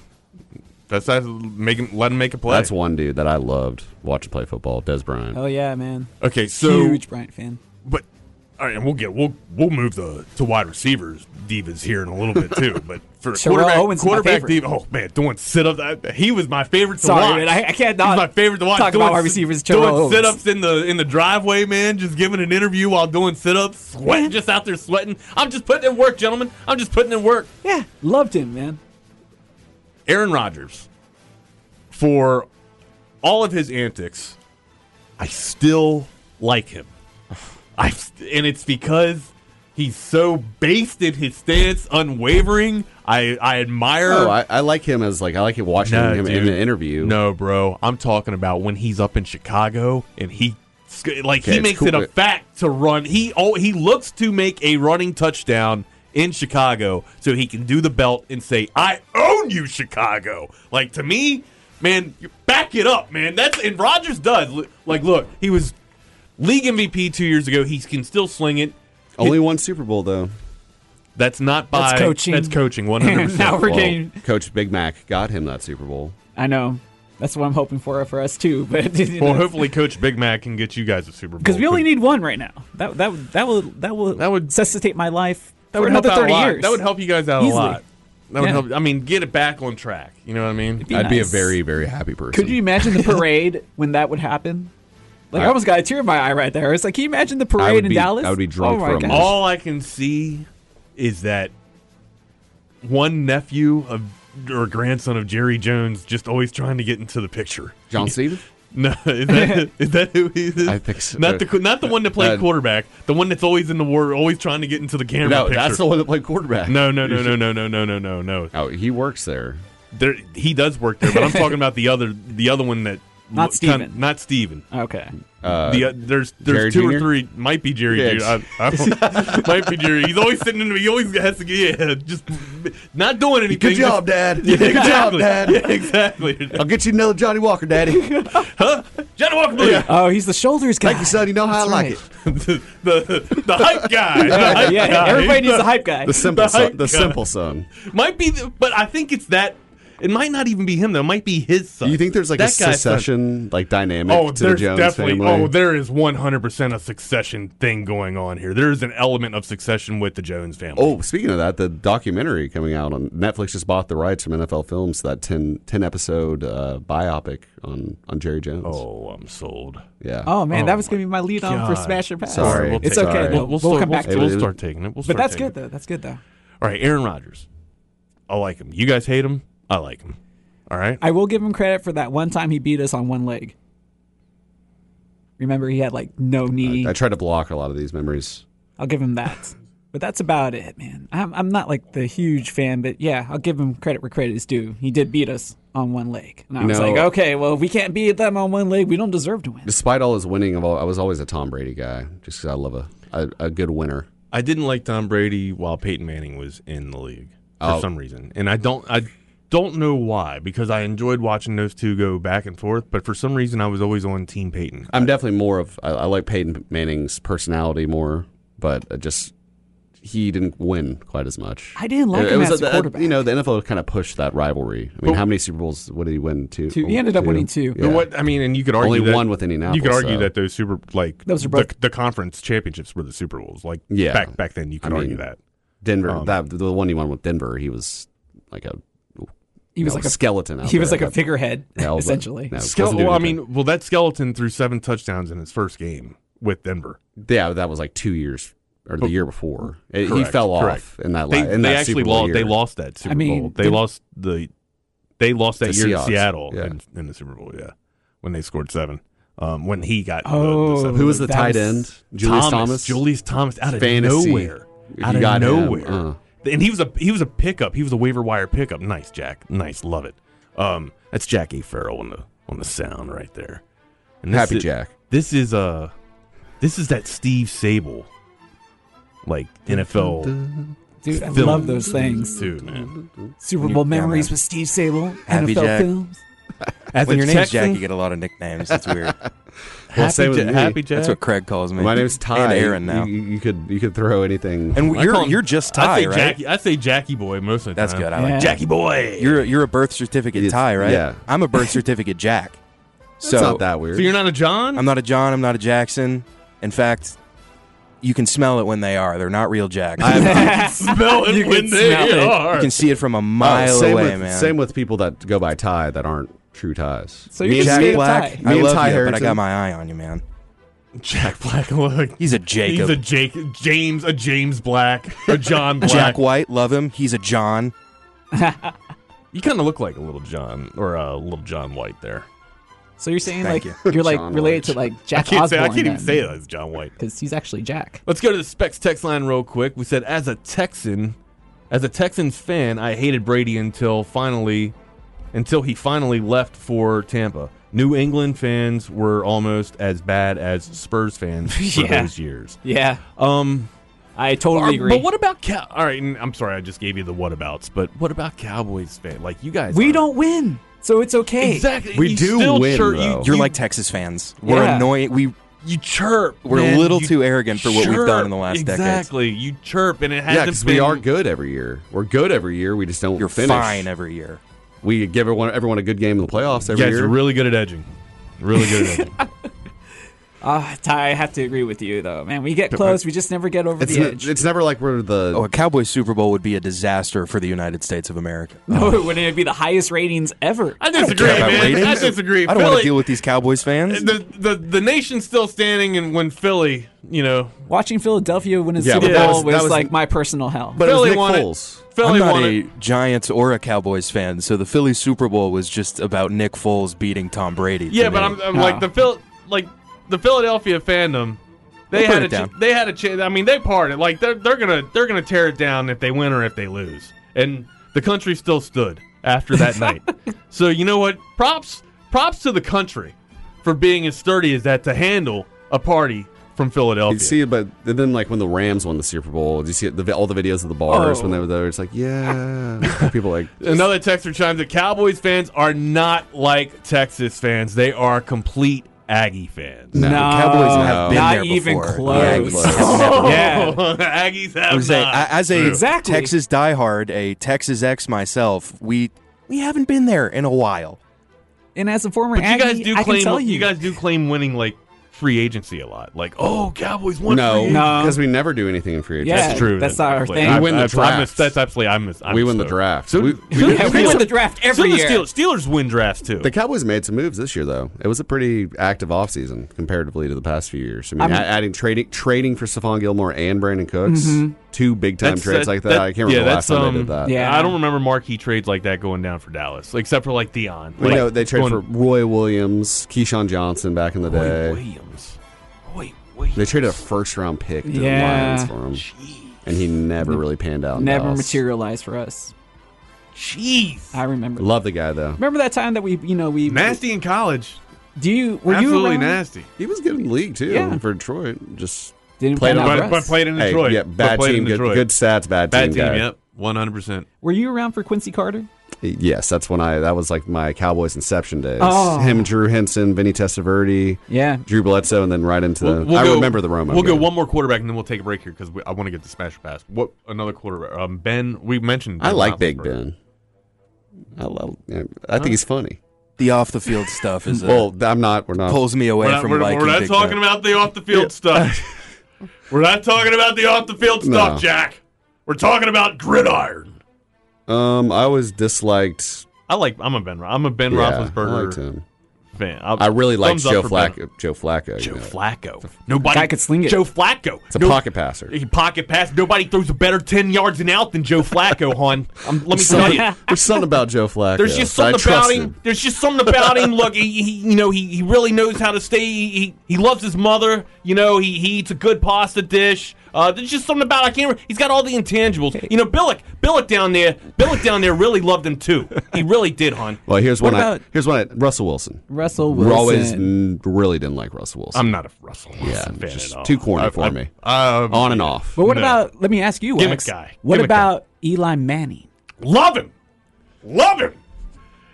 Speaker 1: That's that's make him let him make a play.
Speaker 9: That's one dude that I loved watching play football. Des Bryant.
Speaker 7: oh yeah, man.
Speaker 1: Okay, Uh, so
Speaker 7: huge Bryant fan.
Speaker 1: but all right, and we'll get we'll we'll move the to wide receivers divas here in a little bit too. But for
Speaker 7: Terrell
Speaker 1: quarterback,
Speaker 7: Owens is my
Speaker 1: quarterback
Speaker 7: favorite.
Speaker 1: diva, oh man, doing sit ups. He was my favorite to
Speaker 7: Sorry,
Speaker 1: watch.
Speaker 7: man, I- I can't not
Speaker 1: He's my favorite to watch.
Speaker 7: talk
Speaker 1: doing,
Speaker 7: about wide
Speaker 1: sit-
Speaker 7: receivers, Terrell
Speaker 1: Doing
Speaker 7: Owens.
Speaker 1: sit ups in the in the driveway, man. Just giving an interview while doing sit ups, sweating, just out there sweating. I'm just putting in work, gentlemen. I'm just putting in work.
Speaker 7: Yeah, loved him, man.
Speaker 1: Aaron Rodgers, for all of his antics, I still like him. I and it's because he's so based in his stance, unwavering. I I admire.
Speaker 7: Oh,
Speaker 9: No, I, I like him as like I like him watching
Speaker 1: No,
Speaker 9: him in
Speaker 1: dude.
Speaker 9: an interview.
Speaker 1: No, bro, I'm talking about when he's up in Chicago and he like
Speaker 9: Okay,
Speaker 1: he
Speaker 9: it's
Speaker 1: makes
Speaker 9: cool,
Speaker 1: it a
Speaker 9: but-
Speaker 1: fact to run. He oh he looks to make a running touchdown in Chicago so he can do the belt and say, I own you, Chicago. Like, to me, man, back it up, man. That's And Rogers does. L- Like, look, he was league MVP two years ago. He can still sling it.
Speaker 9: Only one Super Bowl though.
Speaker 1: That's not by
Speaker 7: That's coaching.
Speaker 1: That's coaching. One hundred percent.
Speaker 7: Now we're getting-
Speaker 9: Coach Big Mac got him that Super Bowl.
Speaker 7: I know. That's what I'm hoping for for us too. But
Speaker 1: Well, hopefully, Coach Big Mac can get you guys a Super Bowl.
Speaker 7: because we only need one right now. That that would- that will that will that would necessitate my life
Speaker 1: that
Speaker 7: for
Speaker 1: would help
Speaker 7: another
Speaker 1: out a
Speaker 7: thirty
Speaker 1: lot.
Speaker 7: years.
Speaker 1: That would help you guys out
Speaker 7: Easily.
Speaker 1: a lot. That would
Speaker 7: Yeah.
Speaker 1: help. I mean, get it back on track. You know what I mean?
Speaker 7: be I'd be a nice. very,
Speaker 9: very happy person.
Speaker 7: Could you imagine the parade when that would happen? Like I,
Speaker 1: I-
Speaker 7: almost got a tear in my eye right there. It's like, can you imagine the parade in Dallas? oh my gosh.
Speaker 1: All I can see is that one nephew of or grandson of Jerry Jones just always trying to get into the picture.
Speaker 9: John Stevens?
Speaker 1: No, is that, is that who he is?
Speaker 9: I think so.
Speaker 1: Not the qu- not the one that played
Speaker 9: Uh,
Speaker 1: quarterback. The one that's always in the war, always trying to get into the camera.
Speaker 9: No,
Speaker 1: picture.
Speaker 9: that's the one that played quarterback.
Speaker 1: No, no, no, no, no, no, no, no, no, no.
Speaker 9: Oh, he works there.
Speaker 1: There, he does work there, but I'm talking about the other, the other one that
Speaker 7: Not
Speaker 1: lo- kind-
Speaker 7: Steven.
Speaker 1: not Steven.
Speaker 7: Okay.
Speaker 9: Uh,
Speaker 1: The, uh, there's
Speaker 9: Jerry
Speaker 1: there's two
Speaker 9: Jr.?
Speaker 1: or three might be Jerry
Speaker 9: Yeah,
Speaker 1: Jr. I, I don't- might be Jerry. He's always sitting in. He always has to get yeah, just not doing anything.
Speaker 9: Good job,
Speaker 1: just-
Speaker 9: Dad.
Speaker 1: Yeah,
Speaker 9: Good job,
Speaker 1: exactly.
Speaker 9: Dad.
Speaker 1: Yeah, exactly.
Speaker 9: I'll get you another Johnny Walker, Daddy.
Speaker 1: Johnny Walker Blue.
Speaker 7: Oh, he's the shoulders guy.
Speaker 9: Thank you, son. You know how I like it.
Speaker 1: the, the the hype guy. The
Speaker 7: Yeah,
Speaker 1: hype
Speaker 7: yeah,
Speaker 1: guy.
Speaker 7: everybody needs a hype guy.
Speaker 9: The simple, son,
Speaker 1: hype
Speaker 9: the
Speaker 1: guy.
Speaker 9: simple son.
Speaker 1: Might be, the, but I think it's that. It might not even be him though. It might be his son.
Speaker 9: Do you think there's like
Speaker 1: that
Speaker 9: a
Speaker 1: guy's son.
Speaker 9: secession like dynamic
Speaker 1: Oh,
Speaker 9: to the
Speaker 1: there's
Speaker 9: Jones
Speaker 1: definitely.
Speaker 9: family?
Speaker 1: Oh, there is 100% a succession thing going on here. There is an element of succession with the Jones family.
Speaker 9: Oh, speaking of that, the documentary coming out on Netflix just bought the rights from NFL Films that 10, 10 episode uh, biopic on on Jerry Jones.
Speaker 1: Oh, I'm sold.
Speaker 9: yeah.
Speaker 7: Oh man, that
Speaker 1: Oh
Speaker 7: was gonna be my lead on for
Speaker 1: God.
Speaker 7: Smash or Pass.
Speaker 9: Sorry. We'll
Speaker 7: it's
Speaker 9: take-
Speaker 7: okay.
Speaker 9: sorry.
Speaker 7: We'll, we'll
Speaker 1: start,
Speaker 7: come back
Speaker 1: we'll,
Speaker 7: to
Speaker 1: we'll
Speaker 7: it.
Speaker 1: start taking it. We'll
Speaker 7: But
Speaker 1: start
Speaker 7: that's
Speaker 1: taking
Speaker 7: good though. That's good though.
Speaker 1: It. All right, Aaron Rodgers. I like him. You guys hate him. I like him. All right.
Speaker 7: I will give him credit for that one time he beat us on one leg. Remember, he had like no knee.
Speaker 9: I try to block a lot of these memories.
Speaker 7: I'll give him that. But that's about it, man. I'm, I'm not like the huge fan, but yeah, I'll give him credit where credit is due. He did beat us on one leg. And I
Speaker 9: You
Speaker 7: was
Speaker 9: know-
Speaker 7: like, okay, well, if we can't beat them on one leg, we don't deserve to win.
Speaker 9: Despite all his winning, I've al- I was always a Tom Brady guy just because I love a, a, a good winner.
Speaker 1: I didn't like Tom Brady while Peyton Manning was in the league for
Speaker 9: Oh.
Speaker 1: some reason, and I don't I don't know why because I enjoyed watching those two go back and forth, but for some reason I was always on Team Peyton.
Speaker 9: I'm definitely more of I, I like Peyton Manning's personality more, but I just he didn't win quite as much.
Speaker 7: I didn't like him as a
Speaker 9: the-
Speaker 7: quarterback.
Speaker 9: You know, the NFL kind of pushed that rivalry. I mean,
Speaker 1: But-
Speaker 9: how many Super Bowls? What did he win? Two.
Speaker 7: Two. He ended up winning two.
Speaker 9: Yeah.
Speaker 1: But What I mean, and you could argue
Speaker 9: Only
Speaker 1: that,
Speaker 9: one with Indianapolis,
Speaker 1: You could argue
Speaker 9: so.
Speaker 1: that those super like
Speaker 7: Those are
Speaker 1: the,
Speaker 7: both-
Speaker 1: the conference championships were the Super Bowls. Like
Speaker 9: Yeah.
Speaker 1: back back then, you could
Speaker 9: I mean,
Speaker 1: argue that.
Speaker 9: Denver.
Speaker 1: Um,
Speaker 9: that the one he won with Denver. He was like a
Speaker 7: He was like a
Speaker 9: skeleton. Out
Speaker 7: He was
Speaker 9: there.
Speaker 7: like a
Speaker 9: That-
Speaker 7: figurehead,
Speaker 9: Yeah, but-
Speaker 7: essentially.
Speaker 9: no,
Speaker 1: Skele-
Speaker 9: wasn't doing
Speaker 1: well, I
Speaker 9: anything.
Speaker 1: mean, well, that skeleton threw seven touchdowns in his first game with Denver.
Speaker 9: yeah, that was like two years or the
Speaker 1: But-
Speaker 9: year before. It- he
Speaker 1: Oh, Correct,
Speaker 9: fell off
Speaker 1: correct.
Speaker 9: in that.
Speaker 1: They,
Speaker 9: la- in
Speaker 1: they
Speaker 9: that
Speaker 1: actually
Speaker 9: Super Bowl
Speaker 1: lost. They
Speaker 9: year.
Speaker 1: lost that Super
Speaker 7: I mean,
Speaker 1: Bowl. They
Speaker 7: did-
Speaker 1: lost the. They lost that
Speaker 9: The
Speaker 1: year
Speaker 9: Seahawks,
Speaker 1: to Seattle
Speaker 9: yeah.
Speaker 1: in, in the Super Bowl. Yeah, when they scored seven. Um, when he got the- the
Speaker 7: Oh,
Speaker 1: seven.
Speaker 9: Who was the
Speaker 7: That
Speaker 9: tight
Speaker 7: was-
Speaker 9: end? Julius Thomas.
Speaker 1: Julius Thomas out of
Speaker 9: Fantasy.
Speaker 1: nowhere.
Speaker 9: If
Speaker 1: Out
Speaker 9: you
Speaker 1: of
Speaker 9: got him,
Speaker 1: nowhere.
Speaker 9: uh.
Speaker 1: And he was a he was a pickup. He was a waiver wire pickup. Nice, Jack. Nice, love it. Um, that's Jackie Farrell on the on the sound right there. And this
Speaker 9: Happy
Speaker 1: is-
Speaker 9: Jack.
Speaker 1: This is uh this is that Steve Sable, like NFL
Speaker 7: Dude, I
Speaker 1: film
Speaker 7: love those things.
Speaker 1: too, man.
Speaker 7: Super Bowl
Speaker 10: Yeah,
Speaker 7: memories
Speaker 10: man.
Speaker 7: with Steve Sable,
Speaker 10: Happy
Speaker 7: NFL
Speaker 10: Jack.
Speaker 7: films.
Speaker 1: As
Speaker 10: when
Speaker 1: a
Speaker 10: your name's
Speaker 1: Texan-
Speaker 10: Jack, you get a lot of nicknames. That's weird.
Speaker 9: Well,
Speaker 1: Happy
Speaker 9: same with
Speaker 1: Ja-
Speaker 9: me.
Speaker 1: Happy Jack.
Speaker 10: That's what Craig calls me.
Speaker 9: My name's Ty.
Speaker 10: And Aaron now.
Speaker 9: You, you could you could throw anything.
Speaker 10: and
Speaker 1: I
Speaker 10: you're
Speaker 1: call him-
Speaker 10: you're just
Speaker 1: I
Speaker 10: Ty,
Speaker 1: say
Speaker 10: right?
Speaker 1: Jackie, I say Jackie boy most of the
Speaker 10: That's
Speaker 1: time.
Speaker 10: good. I like
Speaker 7: Yeah.
Speaker 10: that.
Speaker 1: Jackie boy.
Speaker 10: You're you're a birth certificate
Speaker 9: It's-
Speaker 10: Ty, right?
Speaker 9: yeah.
Speaker 10: I'm a birth certificate Jack.
Speaker 9: it's
Speaker 10: So
Speaker 9: not that weird.
Speaker 1: so you're not a John.
Speaker 10: I'm not a John. I'm not a Jackson. In fact, you can smell it when they are. They're not real Jack.
Speaker 1: smell it
Speaker 7: You can
Speaker 1: when they
Speaker 7: smell it.
Speaker 1: are.
Speaker 10: you can see it from a
Speaker 9: Oh,
Speaker 10: mile
Speaker 9: same
Speaker 10: away,
Speaker 9: with,
Speaker 10: man.
Speaker 9: Same with people that go by Ty that aren't true ties.
Speaker 7: So you're just
Speaker 10: Jack
Speaker 7: made
Speaker 10: Black.
Speaker 7: Black.
Speaker 9: Me
Speaker 10: I
Speaker 9: and
Speaker 10: love you,
Speaker 9: Ty
Speaker 10: but I
Speaker 9: Harrington.
Speaker 10: got my eye on you, man.
Speaker 1: Oh, Jack Black. Look,
Speaker 10: He's a Jacob.
Speaker 1: He's a Jake, James, a James Black, a John Black.
Speaker 10: Jack White, love him. He's a John.
Speaker 1: You kind of look like a little John or a little John White there.
Speaker 7: So you're saying
Speaker 10: Thank
Speaker 7: like you. are like
Speaker 9: John
Speaker 7: related to
Speaker 9: Lynch.
Speaker 7: like Jack
Speaker 1: I can't
Speaker 7: Osborne.
Speaker 1: say I can't even say that as John White.
Speaker 7: because he's actually Jack.
Speaker 1: Let's go to the Specs text line real quick. We said as a Texan, as a Texans fan, I hated Brady until finally, until he finally left for Tampa. New England fans were almost as bad as Spurs fans for
Speaker 7: Yeah.
Speaker 1: those years.
Speaker 7: Yeah.
Speaker 1: Um,
Speaker 16: I totally
Speaker 1: Or-
Speaker 16: agree.
Speaker 1: But what about cow? All right, and I'm sorry, I just gave you the whatabouts. But what about Cowboys fan? Like you guys,
Speaker 7: We
Speaker 1: aren't-
Speaker 7: don't win, so it's okay.
Speaker 1: Exactly. You still chirp- you-
Speaker 10: You're
Speaker 1: you-
Speaker 10: like Texas fans. We're
Speaker 1: Yeah.
Speaker 10: annoying. We
Speaker 1: you chirp.
Speaker 10: We're
Speaker 1: man.
Speaker 10: a little
Speaker 1: You
Speaker 10: too arrogant for what we've done in the
Speaker 1: chirp.
Speaker 10: last
Speaker 1: exactly.
Speaker 10: decade.
Speaker 1: Exactly. You chirp, and it
Speaker 9: Yeah,
Speaker 1: hasn't
Speaker 9: because
Speaker 1: been.
Speaker 9: we are good every year. We're good every year. We just don't.
Speaker 10: You're
Speaker 9: finish.
Speaker 10: fine every year.
Speaker 9: We give everyone everyone a good game in the playoffs every
Speaker 1: You guys
Speaker 9: year.
Speaker 1: are really good at edging. Really good at edging.
Speaker 7: Ah, Ty, I have to agree with you though, man. We get close, we just never get over
Speaker 9: It's
Speaker 7: the
Speaker 9: ne-
Speaker 7: edge.
Speaker 9: it's never like we're the
Speaker 10: Oh, a Cowboys Super Bowl would be a disaster for the United States of America.
Speaker 7: No, wouldn't it be the highest ratings ever?
Speaker 1: I disagree,
Speaker 10: Care about
Speaker 1: man.
Speaker 10: ratings?
Speaker 1: I disagree.
Speaker 10: I don't want
Speaker 1: Philly-
Speaker 10: to deal with these Cowboys fans.
Speaker 1: the, the the nation's still standing, and when Philly, you know,
Speaker 7: Watching Philadelphia win a
Speaker 10: Yeah,
Speaker 7: Super
Speaker 10: but that
Speaker 7: Bowl
Speaker 10: was-
Speaker 7: was,
Speaker 10: that was-
Speaker 7: like my personal hell.
Speaker 10: But it was Philly Nick won it.
Speaker 1: Foles. Philly
Speaker 10: I'm not
Speaker 1: won
Speaker 10: a Giants or a Cowboys fan, so the Philly Super Bowl was just about Nick Foles beating Tom Brady. to
Speaker 1: yeah, but
Speaker 10: me.
Speaker 1: I'm, I'm like the Phil, like the Philadelphia fandom. They
Speaker 10: We'll
Speaker 1: had
Speaker 10: burn
Speaker 1: a
Speaker 10: it
Speaker 1: ch-
Speaker 10: down.
Speaker 1: they had a chance. I mean, they parted. Like they're they're gonna they're gonna tear it down if they win or if they lose. And the country still stood after that night. So you know what? Props props to the country for being as sturdy as that to handle a party from Philadelphia.
Speaker 9: You see, it, but and then like when the Rams won the Super Bowl, did you see it, the, all the videos of the bars
Speaker 1: Oh.
Speaker 9: when they were there? It's like yeah, people like
Speaker 1: Another texter chimes that Cowboys fans are not like Texas fans. They are complete Aggie fans.
Speaker 7: No,
Speaker 10: Cowboys have been
Speaker 7: not
Speaker 10: there
Speaker 7: even
Speaker 10: before.
Speaker 7: close.
Speaker 10: The Aggies have never-
Speaker 7: yeah.
Speaker 1: Oh, Aggies have
Speaker 10: I was saying,
Speaker 1: not.
Speaker 10: I- as a
Speaker 7: Exactly.
Speaker 10: Texas diehard, a Texas ex myself, we we haven't been there in a while.
Speaker 7: And as a former
Speaker 1: but you guys
Speaker 7: Aggie,
Speaker 1: do
Speaker 7: I can
Speaker 1: claim
Speaker 7: tell you.
Speaker 1: guys do claim winning like free agency a lot. Like, oh, Cowboys won. free
Speaker 9: no,
Speaker 1: agency.
Speaker 9: because we never do anything in free agency.
Speaker 7: Yeah, That's true. that's not our thing.
Speaker 9: We win the
Speaker 1: That's- I
Speaker 9: draft.
Speaker 1: miss- that's absolutely. I miss, I
Speaker 9: we
Speaker 1: miss
Speaker 9: win the
Speaker 1: those.
Speaker 9: draft.
Speaker 1: So-
Speaker 9: we,
Speaker 1: so-
Speaker 7: Yeah, we win the draft every
Speaker 1: so the
Speaker 7: year.
Speaker 1: Steelers, Steelers win drafts too.
Speaker 9: the Cowboys made some moves this year, though. It was a pretty active offseason comparatively to the past few years. I mean,
Speaker 7: I'm-
Speaker 9: a- adding trading trading for Stephon Gilmore and Brandon Cooks,
Speaker 7: Mhm.
Speaker 9: two big time
Speaker 1: Mm-hmm. That's-
Speaker 9: trades
Speaker 1: that-
Speaker 9: like that. I can't remember
Speaker 1: yeah,
Speaker 9: the last
Speaker 1: that's,
Speaker 9: time
Speaker 1: um,
Speaker 9: they did that.
Speaker 7: Yeah.
Speaker 1: I don't remember marquee trades like that going down for Dallas, except for like Dion.
Speaker 9: We
Speaker 1: Like,
Speaker 9: know they traded for
Speaker 1: going-
Speaker 9: Roy Williams, Keyshawn Johnson back in the day.
Speaker 1: Williams. Roy Williams.
Speaker 9: They traded a first round pick to
Speaker 7: Yeah.
Speaker 9: the Lions for him. And he never really panned out. in
Speaker 7: Never
Speaker 9: Dallas.
Speaker 7: materialized for us.
Speaker 1: Jeez.
Speaker 7: I remember.
Speaker 9: Love the guy though.
Speaker 7: Remember that time that we, you know, we
Speaker 1: Nasty in college.
Speaker 7: Do you were you
Speaker 1: Absolutely
Speaker 7: around?
Speaker 1: nasty.
Speaker 9: He was good in the league too
Speaker 7: Yeah.
Speaker 9: for Detroit. Just
Speaker 7: Didn't
Speaker 9: Played
Speaker 7: pan
Speaker 9: on-
Speaker 7: out for
Speaker 1: But, but
Speaker 7: us.
Speaker 1: played in
Speaker 9: Hey,
Speaker 1: Detroit.
Speaker 9: yeah,
Speaker 1: But
Speaker 9: bad
Speaker 1: played
Speaker 9: team,
Speaker 1: in
Speaker 9: good-
Speaker 1: Detroit.
Speaker 9: good stats, bad
Speaker 1: Bad
Speaker 9: team
Speaker 1: team.
Speaker 9: guy.
Speaker 1: Yep. One hundred percent.
Speaker 7: Were you around for Quincy Carter?
Speaker 9: yes, that's when I that was like my Cowboys inception days.
Speaker 7: Oh.
Speaker 9: Him, Drew Henson, Vinny Testaverde,
Speaker 7: Yeah.
Speaker 9: Drew Bledsoe, and then right into the I remember the Romo.
Speaker 1: We'll go
Speaker 9: game.
Speaker 1: one more quarterback and then we'll take a break here because I want to get the smash pass. What another quarterback? Um, ben, we mentioned.
Speaker 9: I
Speaker 1: Ben
Speaker 9: like Big
Speaker 1: Roethlisberger.
Speaker 9: Ben. I love I think he's funny.
Speaker 10: The off the field stuff is uh,
Speaker 9: Well, I'm not we're not
Speaker 10: pulls me away
Speaker 1: We're not,
Speaker 10: from
Speaker 1: we're-
Speaker 10: liking
Speaker 1: we're not
Speaker 10: Big
Speaker 1: talking
Speaker 10: Ben.
Speaker 1: about the off the field stuff. we're not talking about the off the field
Speaker 9: No.
Speaker 1: stuff, Jack. We're talking about gridiron.
Speaker 9: um I always disliked
Speaker 1: I like. I'm a Ben. Ro- I'm a Ben
Speaker 9: yeah, I liked
Speaker 1: Roethlisberger
Speaker 9: him.
Speaker 1: fan.
Speaker 9: I really like
Speaker 1: thumbs up
Speaker 9: Joe
Speaker 1: for Ben.
Speaker 9: Flacco. Joe Flacco.
Speaker 1: Joe
Speaker 9: you know.
Speaker 1: Flacco. Nobody
Speaker 7: Guy could sling it.
Speaker 1: Joe Flacco.
Speaker 9: It's a
Speaker 1: No-
Speaker 9: pocket passer.
Speaker 1: He pocket pass. Nobody throws a better ten yards and out than Joe Flacco, hon. Um, let me tell
Speaker 9: Something-
Speaker 1: you.
Speaker 9: There's something about Joe Flacco.
Speaker 1: There's just
Speaker 9: so I
Speaker 1: something
Speaker 9: trust
Speaker 1: about him.
Speaker 9: him.
Speaker 1: There's just something about him. Look, he, he you know he, he really knows how to stay. He, he loves his mother. You know he, he eats a good pasta dish. Uh, there's just something about I can't. remember- He's got all the intangibles. You know Billick Billick down there. Billick down there really loved him too. He really did, hon.
Speaker 9: Well, here's
Speaker 7: What
Speaker 9: one. I,
Speaker 7: about-
Speaker 9: here's one. I, Russell Wilson.
Speaker 7: Russell
Speaker 9: We
Speaker 7: Wilson.
Speaker 9: always mm, really didn't like Russell Wilson.
Speaker 1: I'm not a Russell Wilson
Speaker 9: yeah,
Speaker 1: fan
Speaker 9: just
Speaker 1: at all.
Speaker 9: too corny
Speaker 1: I-
Speaker 9: for
Speaker 1: I-
Speaker 9: me.
Speaker 1: Um,
Speaker 9: On and off.
Speaker 7: But what
Speaker 1: No.
Speaker 7: about? Let me ask you,
Speaker 1: Gimmick
Speaker 7: Wax.
Speaker 1: guy.
Speaker 7: What
Speaker 1: Gimmick guy.
Speaker 7: about Eli Manning?
Speaker 1: Love him. Love him.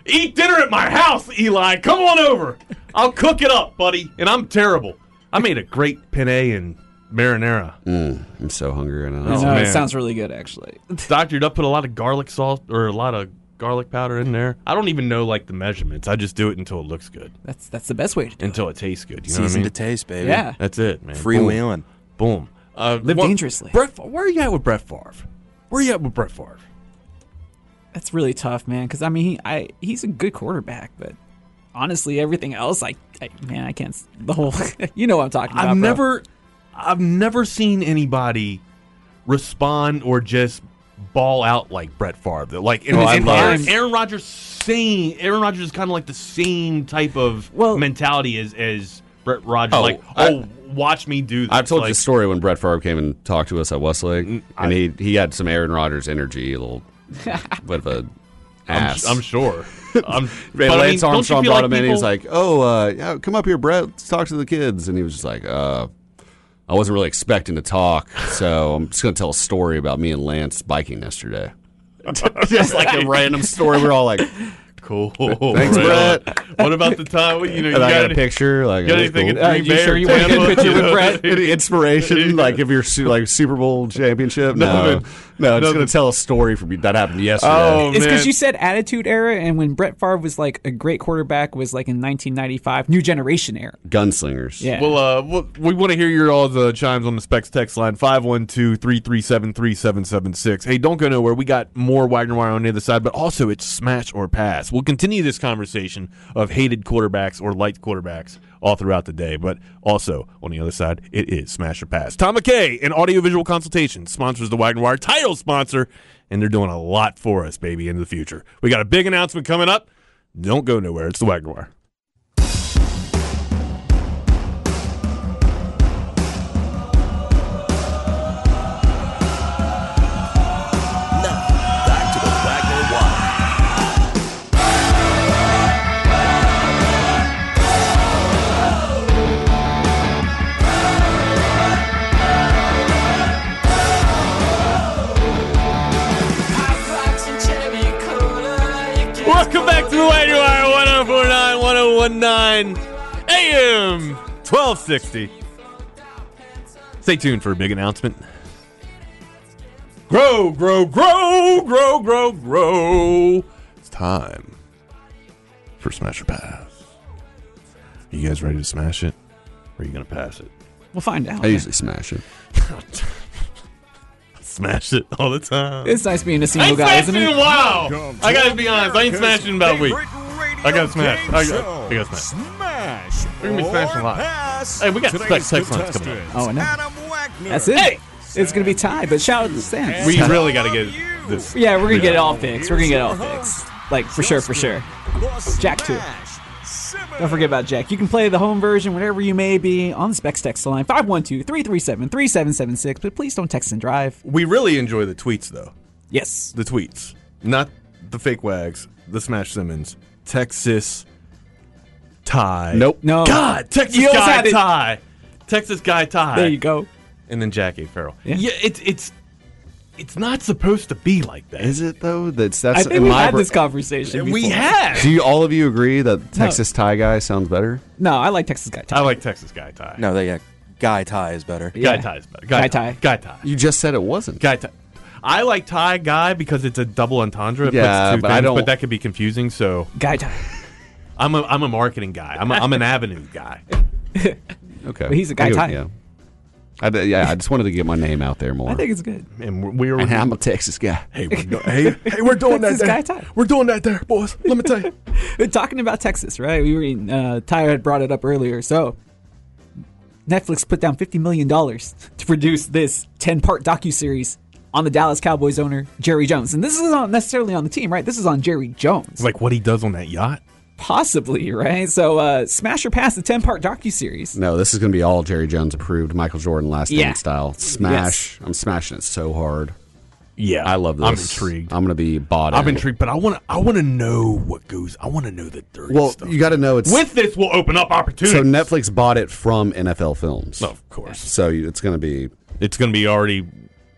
Speaker 1: Eat dinner at my house, Eli. Come on over. I'll cook it up, buddy. And I'm terrible. I made a great penne and marinara.
Speaker 9: Mm, I'm so hungry right now.
Speaker 7: No,
Speaker 1: man.
Speaker 7: it sounds really good actually.
Speaker 1: Doctored up, put a lot of garlic salt or a lot of garlic powder in there. I don't even know like the measurements. I just do it until it looks good,
Speaker 7: That's that's the best way to do it.
Speaker 1: until it tastes good. You know what I
Speaker 10: season
Speaker 1: mean?
Speaker 10: to taste, baby.
Speaker 7: Yeah.
Speaker 1: That's it, man. Boom.
Speaker 10: freewheeling.
Speaker 1: Boom. Uh,
Speaker 7: Live
Speaker 1: what-
Speaker 7: dangerously.
Speaker 1: Brett, Fa- where are you at with Brett Favre? Where are you at with Brett Favre?
Speaker 7: That's really tough, man. Because I mean, he, I he's a good quarterback, but honestly, everything else, I, I man, I can't. s- The whole, you know what I'm talking about.
Speaker 1: I've
Speaker 7: bro.
Speaker 1: never, I've never seen anybody respond or just ball out like Brett Favre. That, Like and,
Speaker 7: Oh, I
Speaker 1: and
Speaker 7: love
Speaker 1: Aaron,
Speaker 7: it.
Speaker 1: Aaron Rodgers, same. Aaron Rodgers is kind of like the same type of
Speaker 7: Well-
Speaker 1: mentality as as Brett Rodgers.
Speaker 9: Oh,
Speaker 1: like,
Speaker 9: I-
Speaker 1: oh, watch me do this.
Speaker 9: I've told
Speaker 1: like, Mm,
Speaker 9: you the story when Brett Favre came and talked to us at Westlake, and he, he had some Aaron Rodgers energy, a little bit of a
Speaker 1: I'm,
Speaker 9: ass.
Speaker 1: I'm sure. I'm,
Speaker 9: And
Speaker 1: but I mean,
Speaker 9: Lance
Speaker 1: don't you
Speaker 9: Armstrong
Speaker 1: feel
Speaker 9: brought him
Speaker 1: like
Speaker 9: in. and He's
Speaker 1: people-
Speaker 9: like, "Oh, uh, yeah, come up here, Brett. Let's talk to the kids." And he was just like, uh, I wasn't really expecting to talk, so I'm just going to tell a story about me and Lance biking yesterday. just like a random story. We're all like,
Speaker 16: cool.
Speaker 9: Thanks,
Speaker 16: Right
Speaker 9: Brett.
Speaker 16: on. What about the time? You know, you
Speaker 9: and I got
Speaker 16: any-
Speaker 9: a picture. Like,
Speaker 16: got
Speaker 9: it was
Speaker 16: anything
Speaker 9: cool.
Speaker 16: in Green Bay or Tampa? You know?
Speaker 9: Any inspiration? Like if you're su- like Super Bowl championship? No,
Speaker 16: Nothing.
Speaker 9: no. no it's
Speaker 16: Nothing.
Speaker 9: going to tell a story from you that happened yesterday.
Speaker 1: Oh.
Speaker 7: it's because you said attitude era, and when Brett Favre was like a great quarterback was like in 1995, new generation era.
Speaker 9: gunslingers.
Speaker 7: Yeah.
Speaker 1: Well, uh, we'll- we want to hear your all the chimes on the specs text line 512-337-3776. Hey, don't go nowhere. We got more Wagner Wire on the other side, but also it's smash or pass. We'll continue this conversation of hated quarterbacks or light quarterbacks all throughout the day, but also on the other side, it is smash or pass. Tom McKay and Audiovisual Consultation sponsors the Wagner Wire, title sponsor, and they're doing a lot for us, baby, into the future. We got a big announcement coming up. Don't go nowhere. It's the Wagner Wire.
Speaker 17: Back to the Wagner Wire.
Speaker 1: Welcome back to the Wagner Wire 1049 1019 AM 1260. Stay tuned for a big announcement. Grow, grow, grow, grow, grow, grow. It's time for Smash or Pass. Are you guys ready to smash it? Or are you going to pass it?
Speaker 7: We'll find out.
Speaker 9: I usually smash it.
Speaker 1: Smash it all the time.
Speaker 7: It's nice being a
Speaker 1: I
Speaker 7: single
Speaker 1: ain't
Speaker 7: guy, isn't
Speaker 1: smashing
Speaker 7: it?
Speaker 1: in a while. I gotta be honest. I ain't smashing in about a week. I gotta smash. I gotta, I gotta smash.
Speaker 18: Smash.
Speaker 1: We're gonna be smashing live. Hey, we got Today's text lines coming up.
Speaker 7: Oh, I know. That's it. It's going to be tied, but shout out to the Saints.
Speaker 1: We really gotta get this.
Speaker 7: Yeah, we're going to get it all fixed. We're going to get it all fixed. Like, for sure, for sure. Jack, too. Don't forget about Jack. You can play the home version wherever you may be on the Specs text line 512 337 3776, but please don't text and drive.
Speaker 1: We really enjoy the tweets, though.
Speaker 7: Yes.
Speaker 1: The tweets. Not the fake wags, the Smash Simmons. Texas tie.
Speaker 9: Nope.
Speaker 7: No.
Speaker 1: God, Texas
Speaker 7: You almost
Speaker 1: guy
Speaker 7: had it.
Speaker 1: tie. Texas guy tie.
Speaker 7: There you go.
Speaker 1: And then Jackie Farrell.
Speaker 7: Yeah.
Speaker 1: it's it's it's not supposed to be like that.
Speaker 9: Is it though? That's that's
Speaker 7: I think
Speaker 9: in
Speaker 7: we
Speaker 9: my
Speaker 7: had
Speaker 9: bra-
Speaker 7: this conversation.
Speaker 1: We
Speaker 7: before.
Speaker 1: have.
Speaker 9: Do you, all of you agree that Texas tie guy sounds better?
Speaker 7: No, I like Texas guy tie.
Speaker 1: I like Texas guy tie.
Speaker 10: No, they yeah, guy tie is better.
Speaker 1: Guy tie is better. Guy,
Speaker 7: Guy
Speaker 1: tie. Guy tie.
Speaker 9: You just said it wasn't.
Speaker 1: Guy tie. I like tie guy because it's a double entendre. It
Speaker 9: Yeah,
Speaker 1: puts two
Speaker 9: but I
Speaker 1: things,
Speaker 9: don't-
Speaker 1: but that could be confusing. So
Speaker 7: guy tie.
Speaker 1: I'm a I'm a marketing guy. I'm a, I'm an avenue guy.
Speaker 9: Okay,
Speaker 7: But he's a guy
Speaker 9: I go-
Speaker 7: tie.
Speaker 9: Yeah. I, d- yeah, I just wanted to get my name out there more.
Speaker 7: I think it's good.
Speaker 1: And we were.
Speaker 9: And I'm a Texas guy.
Speaker 1: Hey, we're do- hey, hey, we're doing that.
Speaker 7: Texas
Speaker 1: There.
Speaker 7: guy tie.
Speaker 1: We're doing that there, boys. Let me tell you.
Speaker 7: We're talking about Texas, right? We were in, uh, Tyler had brought it up earlier. So Netflix put down fifty million dollars to produce this ten-part docu-series on the Dallas Cowboys owner Jerry Jones, and this is not necessarily on the team, right? This is on Jerry Jones,
Speaker 1: It's like what he does on that yacht.
Speaker 7: possibly, right? So uh, smash or pass the ten-part docu-series.
Speaker 9: No, this is going to be all Jerry Jones approved, Michael Jordan last
Speaker 7: Yeah.
Speaker 9: dance style. Smash. I'm smashing it so hard.
Speaker 1: Yeah.
Speaker 9: I love this.
Speaker 1: I'm intrigued.
Speaker 9: I'm going to be bought
Speaker 1: I'm
Speaker 9: in.
Speaker 1: intrigued, but I want to. I want to know what goes. I want to know the dirty
Speaker 9: Well,
Speaker 1: stuff.
Speaker 9: you got to know it's
Speaker 1: With this, we'll open up opportunities.
Speaker 9: So Netflix bought it from NFL Films.
Speaker 1: Of course.
Speaker 9: So you- it's going to be
Speaker 1: it's going to be already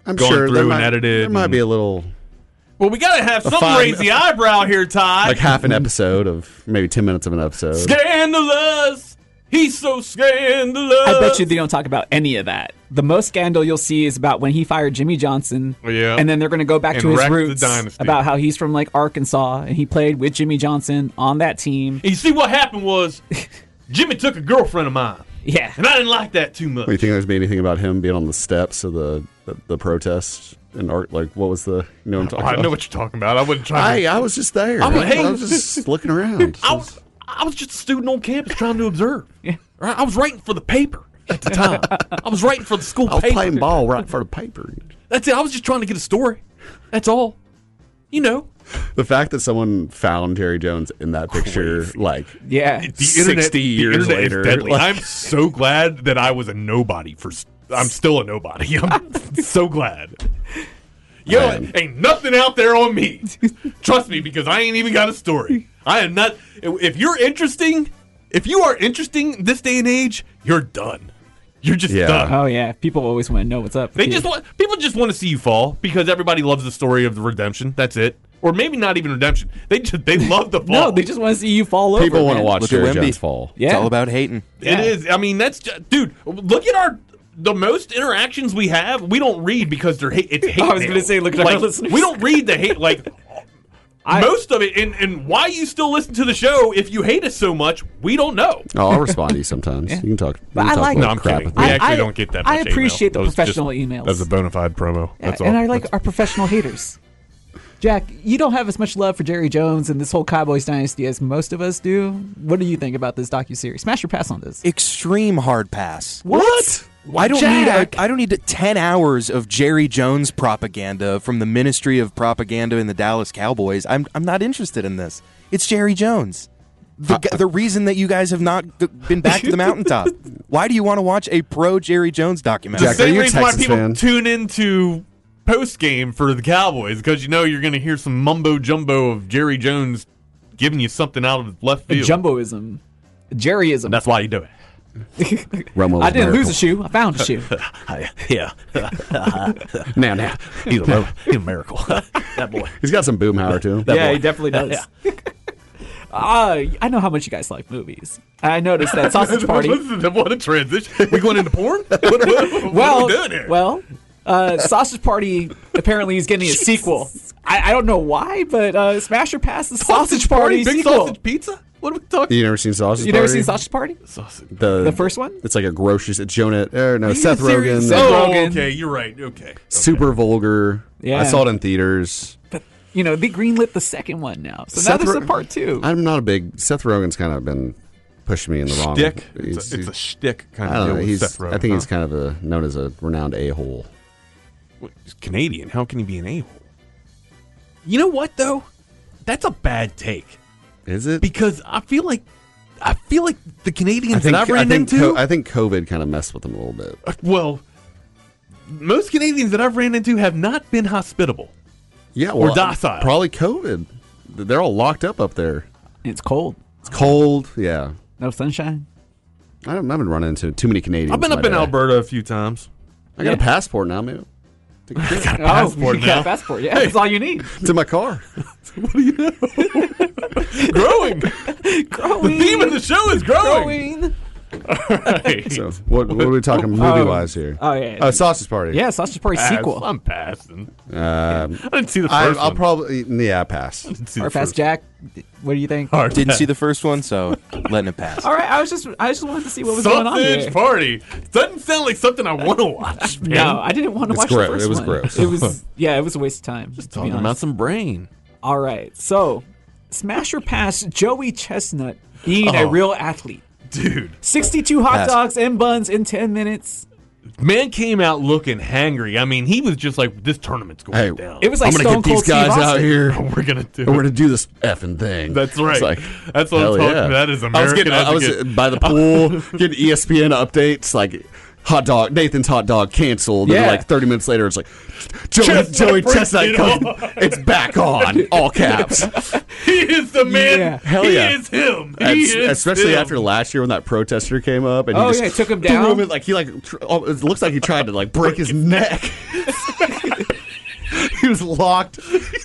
Speaker 9: I'm
Speaker 1: gone
Speaker 9: sure there
Speaker 1: through and
Speaker 9: might-
Speaker 1: edited.
Speaker 9: There might
Speaker 1: and-
Speaker 9: be a little
Speaker 1: Well, we gotta have
Speaker 9: A
Speaker 1: some
Speaker 9: fine-
Speaker 1: raise the eyebrow here, Ty.
Speaker 9: like half an episode of maybe 10 minutes of an episode.
Speaker 1: scandalous. He's so scandalous.
Speaker 7: I bet you they don't talk about any of that. The most scandal you'll see is about when he fired Jimmy Johnson.
Speaker 1: Oh, Yeah.
Speaker 7: And then they're going to go back
Speaker 1: And
Speaker 7: to his
Speaker 1: wrecked the
Speaker 7: roots
Speaker 1: dynasty.
Speaker 7: about how he's from like Arkansas and he played with Jimmy Johnson on that team.
Speaker 1: And you see what happened was Jimmy took a girlfriend of mine.
Speaker 7: Yeah.
Speaker 1: And I didn't like that too much.
Speaker 9: Do you think there's be anything about him being on the steps of the the, the protest and art? Like, what was the you know? What I'm
Speaker 1: Oh,
Speaker 9: talking
Speaker 1: I
Speaker 9: about?
Speaker 1: know what you're talking about. I wasn't trying
Speaker 9: I uh,
Speaker 1: to.
Speaker 9: I was just there.
Speaker 1: I'm like, hey.
Speaker 9: I was just looking around.
Speaker 1: I was, I was just a student on campus trying to observe. Right? I was writing for the paper at the time. I was writing for the school
Speaker 9: I was
Speaker 1: paper.
Speaker 9: playing ball right for the paper.
Speaker 1: That's it. I was just trying to get a story. That's all. You know,
Speaker 9: The fact that someone found Jerry Jones in that picture, like,
Speaker 7: Yeah.
Speaker 1: the internet,
Speaker 9: 60
Speaker 1: the
Speaker 9: years
Speaker 1: internet is
Speaker 9: later,
Speaker 1: deadly.
Speaker 9: like-
Speaker 1: I'm so glad that I was a nobody for. s- I'm still a nobody. I'm so glad. Yo,
Speaker 9: Man.
Speaker 1: ain't nothing out there on me. Trust me, because I ain't even got a story. I am not. If you're interesting, if you are interesting this day and age, you're done.
Speaker 19: You're just
Speaker 7: yeah.
Speaker 19: done.
Speaker 7: Oh yeah, people always want to know what's up.
Speaker 19: They
Speaker 7: with
Speaker 19: just
Speaker 7: you.
Speaker 19: want people just want to see you fall because everybody loves the story of the redemption. That's it. Or maybe not even redemption. They just they love the fall.
Speaker 7: no, they just want to see you fall over.
Speaker 9: People want to
Speaker 7: man.
Speaker 9: watch
Speaker 1: Look at
Speaker 9: Jerry
Speaker 1: Wemby.
Speaker 9: Jones fall.
Speaker 7: Yeah.
Speaker 1: It's all about hating.
Speaker 7: Yeah.
Speaker 19: It is. I mean, that's just, dude. Look at our the most interactions we have. We don't read because they're hate. It's hate.
Speaker 7: I was
Speaker 19: mail.
Speaker 7: gonna say, look at our
Speaker 19: Like,
Speaker 7: listeners.
Speaker 19: We don't read the hate. Like
Speaker 7: I-
Speaker 19: most of it. And and why you still listen to the show if you hate us so much? We don't know.
Speaker 9: Oh, I'll respond to you sometimes. You can talk.
Speaker 7: But
Speaker 9: you can
Speaker 7: I
Speaker 9: talk
Speaker 7: like-
Speaker 9: about
Speaker 19: No, I'm
Speaker 9: crap
Speaker 19: kidding.
Speaker 9: with
Speaker 19: We
Speaker 9: me.
Speaker 7: I-
Speaker 19: actually
Speaker 7: I-
Speaker 19: don't get that.
Speaker 7: I
Speaker 19: much
Speaker 7: appreciate the
Speaker 19: email. That was just-
Speaker 7: professional emails.
Speaker 19: That was a bona fide promo.
Speaker 7: Yeah,
Speaker 19: That's all.
Speaker 7: and I like our professional haters. Jack, you don't have as much love for Jerry Jones and this whole Cowboys dynasty as most of us do. What do you think about this docu series? Smash your pass on this.
Speaker 1: Extreme hard pass.
Speaker 7: What?
Speaker 1: I don't
Speaker 7: Jack!
Speaker 1: need I, I don't need 10 hours of Jerry Jones propaganda from the Ministry of Propaganda in the Dallas Cowboys. I'm I'm not interested in this. It's Jerry Jones. The, gu- the reason that you guys have not g- been back to the mountaintop. Why do you want to watch a pro Jerry Jones documentary?
Speaker 9: Jack,
Speaker 19: the
Speaker 9: are
Speaker 19: same
Speaker 9: you a
Speaker 19: reason why
Speaker 9: Texans
Speaker 19: people
Speaker 9: fan?
Speaker 19: tune into post game for the Cowboys because you know you're going to hear some mumbo jumbo of Jerry Jones giving you something out of left field.
Speaker 7: Jumboism. Jerryism.
Speaker 19: That's why you do it.
Speaker 9: Rummel's
Speaker 7: I didn't
Speaker 9: miracle.
Speaker 7: lose a shoe. I found a shoe.
Speaker 20: yeah.
Speaker 9: Now, now.
Speaker 20: He's a, lo- he's a miracle. that boy.
Speaker 9: He's got some boomhauer too.
Speaker 7: yeah, he definitely does. Uh, I know how much you guys like movies. I noticed that sausage party.
Speaker 19: what a transition. We going into porn? What, what- what
Speaker 7: well,
Speaker 19: are we doing here?
Speaker 7: well, uh, Sausage Party apparently is getting a sequel. I, I don't know why, but uh, Smash or Pass the Sausage, Party,
Speaker 19: big
Speaker 7: sequel.
Speaker 19: sausage pizza. What are we talking?
Speaker 9: You never seen Sausage
Speaker 7: You never
Speaker 9: Party?
Speaker 7: seen Sausage Party?
Speaker 19: Sausage.
Speaker 9: the,
Speaker 7: The first one?
Speaker 9: It's like a grocery. It's Jonah. Or no, Seth
Speaker 7: serious?
Speaker 9: Rogen.
Speaker 7: Seth
Speaker 9: the-
Speaker 19: Oh,
Speaker 7: Rogen.
Speaker 19: okay. You're right. Okay.
Speaker 9: Super vulgar.
Speaker 7: Yeah.
Speaker 9: I saw it in theaters.
Speaker 7: You know, they greenlit the second one now, so
Speaker 9: Seth
Speaker 7: now there's
Speaker 9: Ro-
Speaker 7: a part two.
Speaker 9: I'm not a big Seth Rogen's kind of been pushing me in the wrong.
Speaker 19: Dick.
Speaker 9: He's-
Speaker 19: It's a, it's a shtick kind
Speaker 9: I
Speaker 19: of
Speaker 9: don't
Speaker 19: deal
Speaker 9: know.
Speaker 19: with
Speaker 9: He's.
Speaker 19: Seth Rogen.
Speaker 9: I think
Speaker 19: huh?
Speaker 9: he's kind of a known as a renowned a hole.
Speaker 19: What, He's Canadian. How can he be an a hole? You know what though? That's a bad take.
Speaker 9: Is it?
Speaker 19: because I feel like I feel like the Canadians that I've
Speaker 9: I
Speaker 19: ran
Speaker 9: think
Speaker 19: into. Uh,
Speaker 9: co- I think COVID kind of messed with him a little bit.
Speaker 19: well, most Canadians that I've ran into have not been hospitable.
Speaker 9: Yeah, well,
Speaker 19: docile.
Speaker 9: Probably COVID. They're all locked up up there.
Speaker 7: It's cold,
Speaker 9: It's cold. Yeah,
Speaker 7: no sunshine.
Speaker 9: I don't, I haven't run into too many Canadians.
Speaker 19: I've been
Speaker 9: my
Speaker 19: up in
Speaker 9: day.
Speaker 19: Alberta a few times.
Speaker 9: I got a
Speaker 7: Yeah.
Speaker 9: passport now, man.
Speaker 19: Passport
Speaker 7: oh, you got
Speaker 19: now.
Speaker 7: a passport. Yeah, that's all you need.
Speaker 9: It's in my car.
Speaker 19: Growing. the
Speaker 7: Growing,
Speaker 19: theme of the show is growing.
Speaker 7: growing.
Speaker 19: Right.
Speaker 9: So what, what are we talking movie wise here?
Speaker 7: oh, yeah.
Speaker 9: uh, Sausage Party.
Speaker 7: Yeah, Sausage Party
Speaker 19: Pass.
Speaker 7: sequel.
Speaker 19: I'm passing.
Speaker 9: Um,
Speaker 19: I didn't see the
Speaker 9: I,
Speaker 19: first
Speaker 9: I'll
Speaker 19: one.
Speaker 9: probably yeah pass.
Speaker 19: Didn't see the
Speaker 7: Or Pass
Speaker 19: first
Speaker 7: Jack. What do you think?
Speaker 19: one. Hard
Speaker 1: Didn't
Speaker 19: pass.
Speaker 1: see the first one, so letting it pass.
Speaker 7: All right, I was just I just wanted to see what was going on
Speaker 19: Sausage
Speaker 7: here.
Speaker 19: Party. Doesn't sound like something I want to watch. Man.
Speaker 7: No, I didn't want to
Speaker 9: It's
Speaker 7: watch
Speaker 9: gross.
Speaker 7: the first
Speaker 9: It was
Speaker 7: one.
Speaker 9: gross.
Speaker 7: It was yeah, it was a waste of time. Just
Speaker 19: Talking about some brain.
Speaker 7: All right, so smash or pass Joey Chestnut being a
Speaker 9: Uh-huh.
Speaker 19: Oh.
Speaker 7: real athlete.
Speaker 19: Dude,
Speaker 7: Sixty-two hot
Speaker 1: Pass.
Speaker 7: dogs and buns in ten minutes.
Speaker 19: man came out looking hangry. I mean, he was just like, this tournament's going
Speaker 9: Hey,
Speaker 19: down.
Speaker 7: It was like
Speaker 9: I'm gonna
Speaker 7: Stone
Speaker 9: get
Speaker 7: Cold
Speaker 9: these guys
Speaker 7: Steve
Speaker 9: out
Speaker 7: Austin.
Speaker 9: here.
Speaker 19: we're gonna do.
Speaker 9: and we're gonna do this effing thing.
Speaker 19: That's right.
Speaker 9: It's like,
Speaker 19: That's what I'm
Speaker 9: hell
Speaker 19: talking
Speaker 9: yeah.
Speaker 19: about. That is
Speaker 9: I was,
Speaker 19: American
Speaker 9: getting, I was
Speaker 19: advocate.
Speaker 9: by the pool getting E ESPN updates like hot dog Nathan's hot dog canceled. And
Speaker 7: Yeah.
Speaker 9: like 30 minutes later, it's like Joey,
Speaker 19: Chestnut
Speaker 9: Joey
Speaker 19: brings
Speaker 9: Chestnut
Speaker 19: it
Speaker 9: comes,
Speaker 19: on.
Speaker 9: it's back on all caps.
Speaker 19: he is the man.
Speaker 7: Yeah.
Speaker 9: Hell
Speaker 19: he
Speaker 9: yeah.
Speaker 19: is him. He
Speaker 9: And
Speaker 19: is
Speaker 9: s- especially
Speaker 19: him.
Speaker 9: after last year when that protester came up and
Speaker 7: Oh,
Speaker 9: he just
Speaker 7: yeah, took him
Speaker 9: threw
Speaker 7: down.
Speaker 9: in, like he like tr- oh, it looks like he tried to like break his neck. he was locked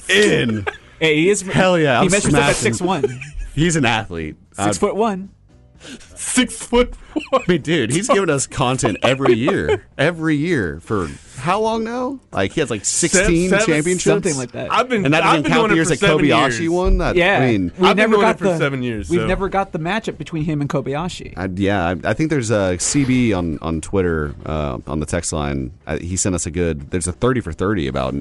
Speaker 9: in.
Speaker 7: Hey, he is
Speaker 9: Hell yeah,
Speaker 7: He
Speaker 9: I'm
Speaker 7: measures up at
Speaker 9: smashing.
Speaker 7: six one,
Speaker 9: He's an athlete.
Speaker 7: six
Speaker 9: I'd-
Speaker 7: foot one.
Speaker 19: six foot one.
Speaker 9: I mean, dude, he's giving us content every year. Every year for how long now? Like he has like sixteen
Speaker 19: seven-
Speaker 9: championships,
Speaker 7: something like that.
Speaker 19: I've been.
Speaker 9: And that
Speaker 19: I've
Speaker 9: doesn't
Speaker 19: been
Speaker 9: count
Speaker 19: doing
Speaker 9: the
Speaker 19: it
Speaker 9: years
Speaker 19: for
Speaker 9: that
Speaker 19: seven
Speaker 9: Kobayashi
Speaker 19: years.
Speaker 9: won. That,
Speaker 7: Yeah,
Speaker 9: I mean,
Speaker 7: we
Speaker 19: I've been
Speaker 7: never
Speaker 19: doing
Speaker 7: got
Speaker 19: it for
Speaker 7: the
Speaker 19: seven years,
Speaker 7: We've
Speaker 19: so.
Speaker 7: never got the matchup between him and Kobayashi.
Speaker 9: I, yeah, I, I think there's a CB on on Twitter uh, on the text line. I, he sent us a good. There's a thirty for thirty about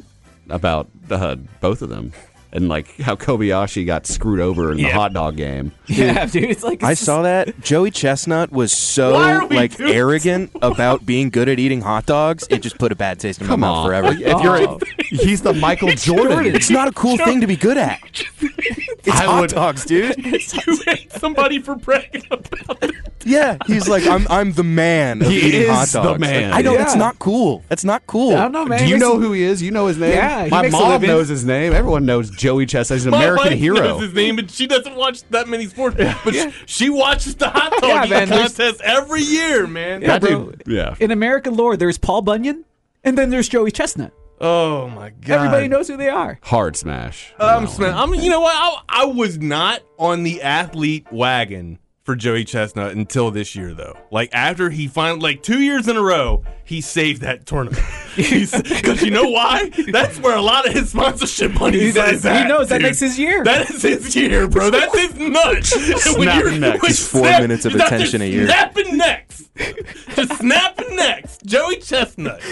Speaker 9: about uh, both of them. And like how Kobayashi got screwed over in the
Speaker 19: Yeah.
Speaker 9: hot dog game.
Speaker 7: yeah, dude, it's like
Speaker 1: I saw that Joey Chestnut was
Speaker 19: Why
Speaker 1: so
Speaker 19: are we
Speaker 1: like
Speaker 19: doing
Speaker 1: arrogant about being good at eating hot dogs. It just put a bad taste in
Speaker 9: Come
Speaker 1: my mouth
Speaker 9: on,
Speaker 1: forever.
Speaker 9: Like, if you're,
Speaker 7: Oh.
Speaker 9: he's the Michael Jordan.
Speaker 1: It's not a cool thing to be good at. It's hot dogs, dude.
Speaker 19: You hate somebody for bragging about it.
Speaker 10: Yeah, he's like, I'm, I'm the man. Of
Speaker 9: He
Speaker 10: eating
Speaker 9: is
Speaker 10: hot dogs.
Speaker 9: the man.
Speaker 10: I know
Speaker 9: Yeah.
Speaker 10: that's not cool. That's not cool.
Speaker 9: I don't know, man. Do you know who he is? You know his name.
Speaker 10: Yeah, he
Speaker 9: my
Speaker 10: makes a
Speaker 9: mom
Speaker 10: living.
Speaker 9: knows his name. Everyone knows Joey Chestnut. He's an
Speaker 19: My
Speaker 9: American
Speaker 19: wife
Speaker 9: hero.
Speaker 19: Knows his name, and she doesn't watch that many sports, but she, she watches the hot dog
Speaker 7: Yeah,
Speaker 19: eating
Speaker 7: man, there's-
Speaker 19: contest every year, man.
Speaker 7: Yeah, bro.
Speaker 9: Yeah.
Speaker 7: In American lore, there's Paul Bunyan, and then there's Joey Chestnut.
Speaker 19: Oh my god!
Speaker 7: Everybody knows who they are.
Speaker 9: Hard smash.
Speaker 10: Um,
Speaker 19: I'm sma- I'm. You know what? I, I was not on the athlete wagon for Joey Chestnut until this year, though. Like after he finally, like two years in a row, he saved that tournament. Because you know why? That's where a lot of his sponsorship money
Speaker 7: He-
Speaker 19: is
Speaker 7: that- he
Speaker 19: at,
Speaker 7: knows that
Speaker 19: dude.
Speaker 7: makes his year.
Speaker 19: That is his year, bro. That's his nuts.
Speaker 10: Snap neck. It's four minutes of attention a year.
Speaker 19: Snapping necks. Just snapping necks. Joey Chestnut.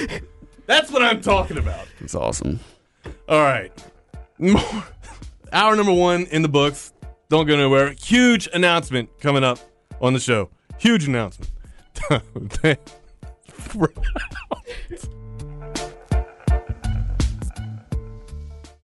Speaker 19: That's what I'm talking about.
Speaker 9: It's awesome.
Speaker 19: All right. More- Hour number one in the books. Don't go nowhere. Huge announcement coming up on the show. Huge announcement.